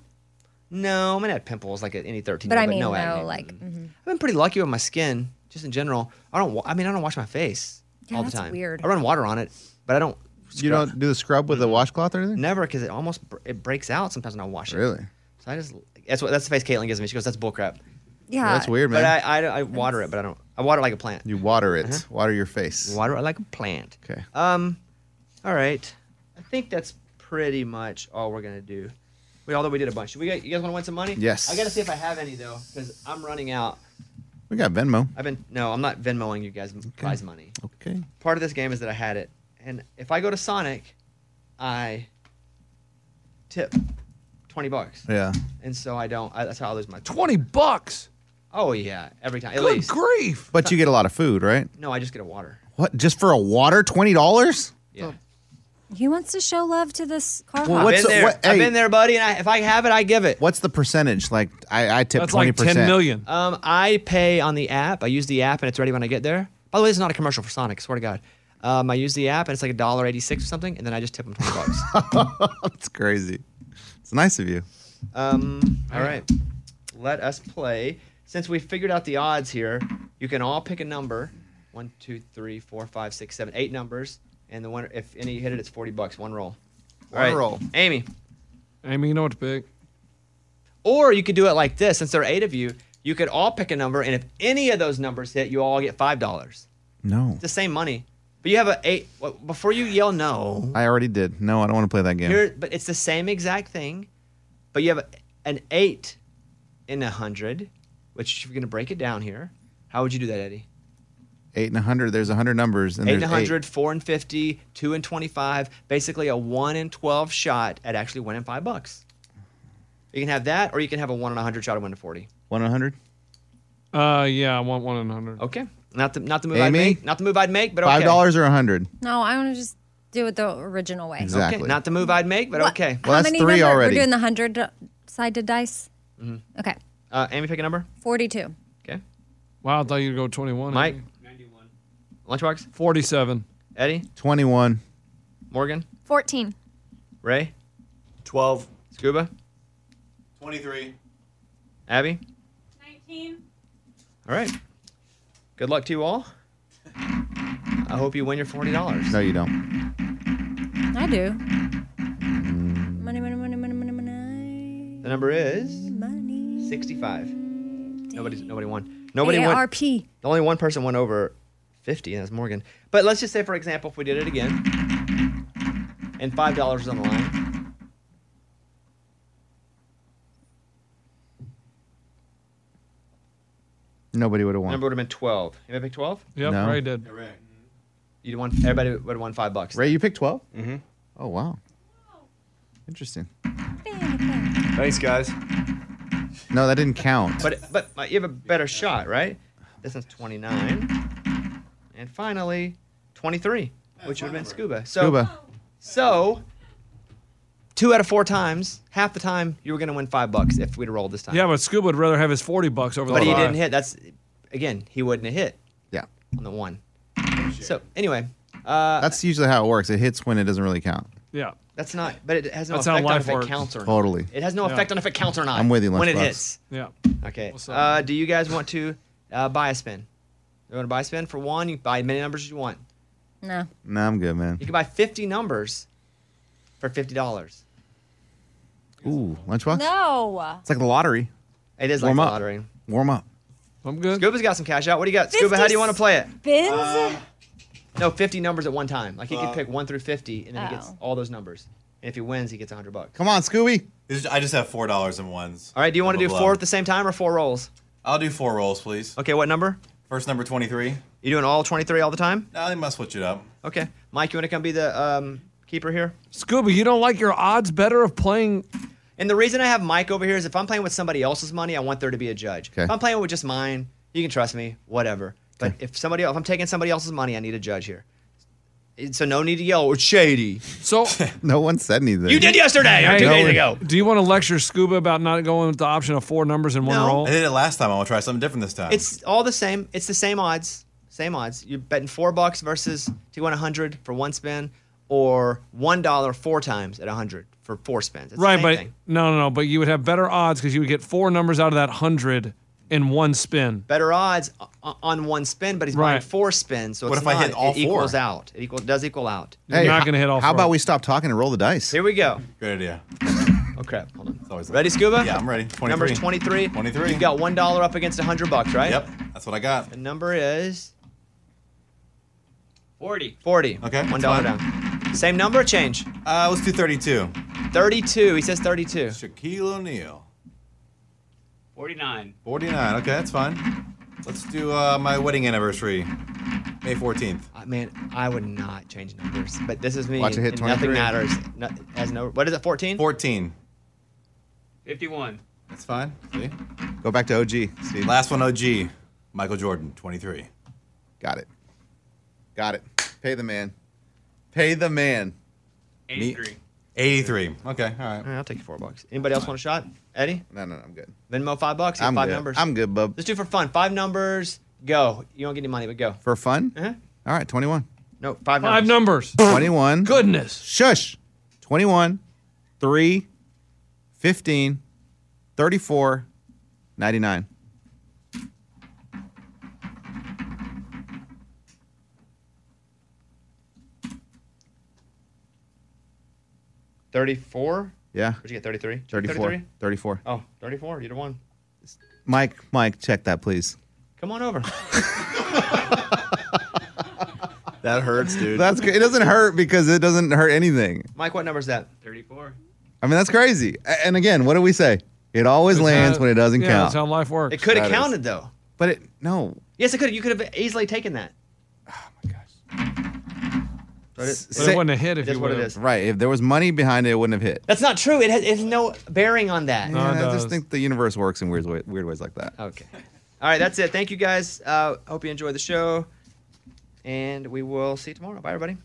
[SPEAKER 1] No, I mean, I had pimples like at any 13
[SPEAKER 7] But
[SPEAKER 1] year
[SPEAKER 7] I
[SPEAKER 1] old,
[SPEAKER 7] mean,
[SPEAKER 1] no,
[SPEAKER 7] no,
[SPEAKER 1] acne. Mm-hmm.
[SPEAKER 7] like, mhm.
[SPEAKER 1] I've been pretty lucky with my skin, just in general. I don't. wa- I mean, I don't wash my face
[SPEAKER 7] Yeah,
[SPEAKER 1] all the
[SPEAKER 7] that's
[SPEAKER 1] time.
[SPEAKER 7] weird.
[SPEAKER 1] I run water on it, but I don't.
[SPEAKER 5] You
[SPEAKER 1] scrub-
[SPEAKER 5] don't do the scrub with a washcloth or anything?
[SPEAKER 1] never because it almost br- it breaks out sometimes when I wash it.
[SPEAKER 5] Really?
[SPEAKER 1] So I just that's what that's the face Caitlin gives me. She goes, "That's bullcrap."
[SPEAKER 7] yeah.
[SPEAKER 5] That's weird, man.
[SPEAKER 1] But I, I I water it, but I don't. I water it like a plant.
[SPEAKER 5] you water it. Water your face.
[SPEAKER 1] Water it like a plant.
[SPEAKER 5] Okay.
[SPEAKER 1] Um, all right. I think that's pretty much all we're gonna do. We although we did a bunch. We got, you guys want to win some money?
[SPEAKER 5] Yes.
[SPEAKER 1] I gotta see if I have any though, because I'm running out.
[SPEAKER 5] we got Venmo.
[SPEAKER 1] I've been no, I'm not Venmoing you guys prize money.
[SPEAKER 5] Okay.
[SPEAKER 1] Part of this game is that I had it, and if I go to Sonic, I tip twenty bucks,
[SPEAKER 5] Yeah.
[SPEAKER 1] and so I don't. I, that's how I lose my.
[SPEAKER 6] Twenty bucks.
[SPEAKER 1] Oh yeah, every time. At
[SPEAKER 6] Good
[SPEAKER 1] least
[SPEAKER 6] grief.
[SPEAKER 5] But you get a lot of food, right?
[SPEAKER 1] no, I just get a water.
[SPEAKER 5] What? Just for a water? Twenty dollars?
[SPEAKER 1] Yeah.
[SPEAKER 7] He wants to show love to this car.
[SPEAKER 5] Well,
[SPEAKER 7] hop.
[SPEAKER 5] what's-
[SPEAKER 1] Been there.
[SPEAKER 5] what-
[SPEAKER 1] I've
[SPEAKER 5] hey.
[SPEAKER 1] been there, buddy. And I, if I have it, I give it.
[SPEAKER 5] What's the percentage? Like I, I tip
[SPEAKER 6] That's
[SPEAKER 5] twenty
[SPEAKER 6] like
[SPEAKER 5] percent.
[SPEAKER 6] ten million.
[SPEAKER 1] Um, I pay on the app. I use the app, and it's ready when I get there. By the way, this is not a commercial for Sonic. I swear to God. Um, I use the app, and it's like a dollar eighty-six or something, and then I just tip them twenty bucks.
[SPEAKER 5] That's crazy. It's nice of you.
[SPEAKER 1] Um, all right. Let us play. Since we figured out the odds here, you can all pick a number. One, two, three, four, five, six, seven, eight numbers. And the winner, if any hit it, it's 40 bucks. One roll. All
[SPEAKER 5] One roll.
[SPEAKER 1] Amy.
[SPEAKER 6] Amy, you know what to pick.
[SPEAKER 1] Or you could do it like this. Since there are eight of you, you could all pick a number. And if any of those numbers hit, you all get $5. It's
[SPEAKER 5] No,
[SPEAKER 1] the same money. But you have a eight. well, Before you yell no,
[SPEAKER 5] I already did. No, I don't want to play that game.
[SPEAKER 1] Here, but it's the same exact thing, but you have an eight in a hundred, which if you're gonna break it down here, how would you do that, Eddie?
[SPEAKER 5] eight and a hundred. There's a hundred numbers. And
[SPEAKER 1] Eight and a
[SPEAKER 5] there's
[SPEAKER 1] hundred, four and fifty, two and twenty-five, basically a one in twelve shot at actually winning five bucks. You can have that, or you can have a one in a hundred shot at winning forty.
[SPEAKER 5] One in a hundred.
[SPEAKER 6] Uh, yeah, I want one in hundred.
[SPEAKER 1] Okay, not the not the move I'd
[SPEAKER 5] Amy?
[SPEAKER 1] make, not the move I'd make, but okay.
[SPEAKER 5] Five dollars or a hundred.
[SPEAKER 7] no, I want to just do it the original way.
[SPEAKER 5] Exactly.
[SPEAKER 1] Okay, not the move I'd make, but
[SPEAKER 7] What-
[SPEAKER 1] okay.
[SPEAKER 5] Well,
[SPEAKER 7] How
[SPEAKER 5] that's
[SPEAKER 7] many
[SPEAKER 5] three
[SPEAKER 7] number-
[SPEAKER 5] already.
[SPEAKER 7] We're doing the 100 sided dice. Okay.
[SPEAKER 1] Uh, Amy, pick a number.
[SPEAKER 7] 42.
[SPEAKER 1] Okay,
[SPEAKER 6] Wow, I thought you'd go twenty-one.
[SPEAKER 1] Mike.
[SPEAKER 6] Amy.
[SPEAKER 1] Ninety-one. Lunchbox.
[SPEAKER 6] Forty-seven.
[SPEAKER 1] Eddie.
[SPEAKER 5] Twenty-one.
[SPEAKER 1] Morgan.
[SPEAKER 9] 14.
[SPEAKER 1] Ray.
[SPEAKER 10] 12,
[SPEAKER 1] Scuba.
[SPEAKER 10] 23.
[SPEAKER 1] Abby? 19. All right. Good luck to you all. I hope you win your $40.
[SPEAKER 5] No, you don't.
[SPEAKER 7] I do. Money, money, money, money, money, money.
[SPEAKER 1] The number is
[SPEAKER 7] Money.
[SPEAKER 1] 65. Nobody, nobody won. Nobody won.
[SPEAKER 7] AARP.
[SPEAKER 1] The only one person went over 50, and that's Morgan. But let's just say, for example, if we did it again, and five dollars is on the line.
[SPEAKER 5] Nobody would have won.
[SPEAKER 1] Number would have been 12. Anybody pick 12?
[SPEAKER 6] Yep,
[SPEAKER 5] No.
[SPEAKER 6] Ray did.
[SPEAKER 1] You'd won. Everybody would have won five bucks.
[SPEAKER 5] Ray, you picked 12? Mm-hmm. Oh, wow. Interesting.
[SPEAKER 10] Thanks, guys.
[SPEAKER 5] No, that didn't count.
[SPEAKER 1] But but uh, you have a better shot, right? This one's 29, and finally 23, which would have been scuba. So
[SPEAKER 5] Cuba.
[SPEAKER 1] so two out of four times, half the time you were going to win five bucks if we'd have rolled this time.
[SPEAKER 6] Yeah, but Scuba would rather have his forty bucks over
[SPEAKER 1] but
[SPEAKER 6] the
[SPEAKER 1] he
[SPEAKER 6] five.
[SPEAKER 1] didn't hit. That's again, he wouldn't have hit
[SPEAKER 5] Yeah.
[SPEAKER 1] on the one. So anyway, uh,
[SPEAKER 5] That's usually how it works. It hits when it doesn't really count.
[SPEAKER 6] Yeah.
[SPEAKER 1] that's not. But it has no
[SPEAKER 6] That's how
[SPEAKER 1] effect on
[SPEAKER 6] life
[SPEAKER 1] if it
[SPEAKER 6] works.
[SPEAKER 1] counts or not.
[SPEAKER 5] Totally.
[SPEAKER 1] It has no
[SPEAKER 6] Yeah.
[SPEAKER 1] effect on if it counts or not.
[SPEAKER 5] I'm with you,
[SPEAKER 1] When it
[SPEAKER 5] Lunchbox.
[SPEAKER 1] hits.
[SPEAKER 6] Yeah.
[SPEAKER 1] Okay.
[SPEAKER 6] What's up?
[SPEAKER 1] Uh, do you guys want to uh, buy a spin? You want to buy a spin? For one, you can buy as many numbers as you want.
[SPEAKER 7] No.
[SPEAKER 5] No, I'm good, man.
[SPEAKER 1] You can buy 50 numbers for $50.
[SPEAKER 5] Ooh, lunchbox?
[SPEAKER 7] No.
[SPEAKER 5] It's like the lottery.
[SPEAKER 1] It is
[SPEAKER 5] Warm
[SPEAKER 1] like
[SPEAKER 5] up.
[SPEAKER 1] the lottery.
[SPEAKER 5] Warm up.
[SPEAKER 6] I'm good.
[SPEAKER 1] Scuba's got some cash out. What do you got? Scuba, how do you want to play it?
[SPEAKER 7] Bins?
[SPEAKER 1] No, 50 numbers at one time. Like he could pick 1 through 50 and then he gets
[SPEAKER 7] Oh.
[SPEAKER 1] all those numbers. And if he wins, he gets 100 bucks.
[SPEAKER 5] Come on, Scooby.
[SPEAKER 10] This is- I just have four dollars in ones.
[SPEAKER 1] All right, do you want
[SPEAKER 10] I'm
[SPEAKER 1] to
[SPEAKER 10] a
[SPEAKER 1] do
[SPEAKER 10] blow.
[SPEAKER 1] four at the same time or four rolls?
[SPEAKER 10] I'll do four rolls, please.
[SPEAKER 1] Okay, what number?
[SPEAKER 10] First number twenty-three.
[SPEAKER 1] You doing all 23 all the time?
[SPEAKER 10] Now they must switch it up.
[SPEAKER 1] Okay. Mike, you want to come be the um, keeper here?
[SPEAKER 6] Scuba, you don't like your odds better of playing
[SPEAKER 1] And the reason I have Mike over here is if I'm playing with somebody else's money, I want there to be a judge.
[SPEAKER 5] Okay.
[SPEAKER 1] If I'm playing with just mine, you can trust me, whatever. But if somebody, if I'm taking somebody else's money, I need a judge here. It- So no need to yell. It's shady.
[SPEAKER 6] so
[SPEAKER 5] No one said anything.
[SPEAKER 1] You did yesterday or
[SPEAKER 6] Hey,
[SPEAKER 1] two
[SPEAKER 6] no
[SPEAKER 1] days
[SPEAKER 5] one-
[SPEAKER 1] ago.
[SPEAKER 6] do you want to lecture Scuba about not going with the option of four numbers in one
[SPEAKER 1] No.
[SPEAKER 6] roll?
[SPEAKER 10] I did it last time. I want to try something different this time.
[SPEAKER 1] It's all the same. It's the same odds. Same odds. You're betting four bucks versus two one hundred for one spin, or one dollar four times at a hundred for four spins. It's the
[SPEAKER 6] Right,
[SPEAKER 1] same
[SPEAKER 6] but
[SPEAKER 1] thing.
[SPEAKER 6] no, no, no. But you would have better odds because you would get four numbers out of that hundred in one spin.
[SPEAKER 1] better odds o- on one spin, but he's buying
[SPEAKER 6] Right.
[SPEAKER 1] four spins, so
[SPEAKER 10] What
[SPEAKER 1] it's
[SPEAKER 10] if I
[SPEAKER 1] not-
[SPEAKER 10] hit all
[SPEAKER 1] it equals
[SPEAKER 10] four?
[SPEAKER 1] out. It equal, does equal out.
[SPEAKER 6] You're not gonna hit all
[SPEAKER 5] How
[SPEAKER 6] four.
[SPEAKER 5] about we stop talking and roll the dice?
[SPEAKER 1] Here we go.
[SPEAKER 10] Great idea.
[SPEAKER 1] Oh crap! Hold on.
[SPEAKER 10] It's always
[SPEAKER 1] Ready, Scuba?
[SPEAKER 10] Yeah, I'm ready. 23.
[SPEAKER 1] Number's 23.
[SPEAKER 10] 23.
[SPEAKER 1] You've got one dollar up against 100 bucks, right?
[SPEAKER 10] Yep, that's what I got.
[SPEAKER 1] The number is 40. 40.
[SPEAKER 10] Okay,
[SPEAKER 1] One
[SPEAKER 10] that's
[SPEAKER 1] dollar
[SPEAKER 10] fine.
[SPEAKER 1] down. Same number, change.
[SPEAKER 10] Uh, let's do 32.
[SPEAKER 1] 32. He says 32.
[SPEAKER 10] Shaquille O'Neal.
[SPEAKER 11] 49.
[SPEAKER 10] 49. Okay, that's fine. Let's do uh, my wedding anniversary, May 14th.
[SPEAKER 1] Uh, man, I would not change numbers, but this is me.
[SPEAKER 5] Watch it hit
[SPEAKER 1] and
[SPEAKER 5] 23.
[SPEAKER 1] Nothing matters. No, has no. What is it? 14?
[SPEAKER 10] 14.
[SPEAKER 11] 51.
[SPEAKER 10] That's fine. See?
[SPEAKER 5] Go back to OG. See,
[SPEAKER 10] Last one, OG. Michael Jordan, 23.
[SPEAKER 5] got it. Got it. Pay the man. Pay the man.
[SPEAKER 11] 83.
[SPEAKER 10] 83. Okay, all right.
[SPEAKER 1] All right, I'll take four bucks. Anybody else want a shot? Eddie?
[SPEAKER 5] No, no, no, I'm good.
[SPEAKER 1] Venmo five bucks. You got
[SPEAKER 5] I'm
[SPEAKER 1] five
[SPEAKER 5] good.
[SPEAKER 1] numbers.
[SPEAKER 5] I'm good, bub.
[SPEAKER 1] Let's do it for fun. Five numbers. Go. You don't get any money, but go.
[SPEAKER 5] For fun?
[SPEAKER 1] Uh-huh.
[SPEAKER 5] All right, 21.
[SPEAKER 1] No, five numbers.
[SPEAKER 6] Five numbers.
[SPEAKER 5] 21.
[SPEAKER 6] Goodness.
[SPEAKER 5] Shush. 21, 3, 15, 34, 99.
[SPEAKER 1] Thirty-four.
[SPEAKER 5] Yeah.
[SPEAKER 1] What'd you get? Thirty-three.
[SPEAKER 5] 34. 34.
[SPEAKER 1] Oh, 34. You're the one.
[SPEAKER 5] Mike, Mike, check that, please.
[SPEAKER 1] Come on over.
[SPEAKER 10] That hurts, dude.
[SPEAKER 5] That's good. It doesn't hurt because it doesn't hurt anything.
[SPEAKER 1] Mike, what number is that?
[SPEAKER 11] 34.
[SPEAKER 5] I mean, that's crazy. A- And again, what do we say? It always lands
[SPEAKER 6] That-
[SPEAKER 5] when it doesn't
[SPEAKER 6] yeah,
[SPEAKER 5] count.
[SPEAKER 6] That's how life works.
[SPEAKER 1] It could have
[SPEAKER 5] That is-
[SPEAKER 1] counted though.
[SPEAKER 5] but it, no.
[SPEAKER 1] Yes, it could. You could have easily taken that.
[SPEAKER 5] Oh, S-
[SPEAKER 6] but
[SPEAKER 5] say-
[SPEAKER 6] it wouldn't have hit if
[SPEAKER 1] It is
[SPEAKER 6] you
[SPEAKER 1] what it
[SPEAKER 6] would've-
[SPEAKER 1] is.
[SPEAKER 5] right. If there was money behind it, it wouldn't have hit.
[SPEAKER 1] That's not true. It has, it has no bearing on that.
[SPEAKER 6] No, it
[SPEAKER 5] Yeah, I
[SPEAKER 6] does.
[SPEAKER 5] just think the universe works in weird, way, weird ways like that.
[SPEAKER 1] Okay. All right, that's it. Thank you guys. Uh, hope you enjoyed the show, and we will see you tomorrow. Bye, everybody.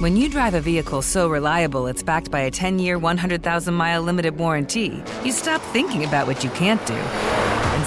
[SPEAKER 12] When you drive a vehicle so reliable it's backed by a 10 year, 100,000 mile limited warranty, you stop thinking about what you can't do and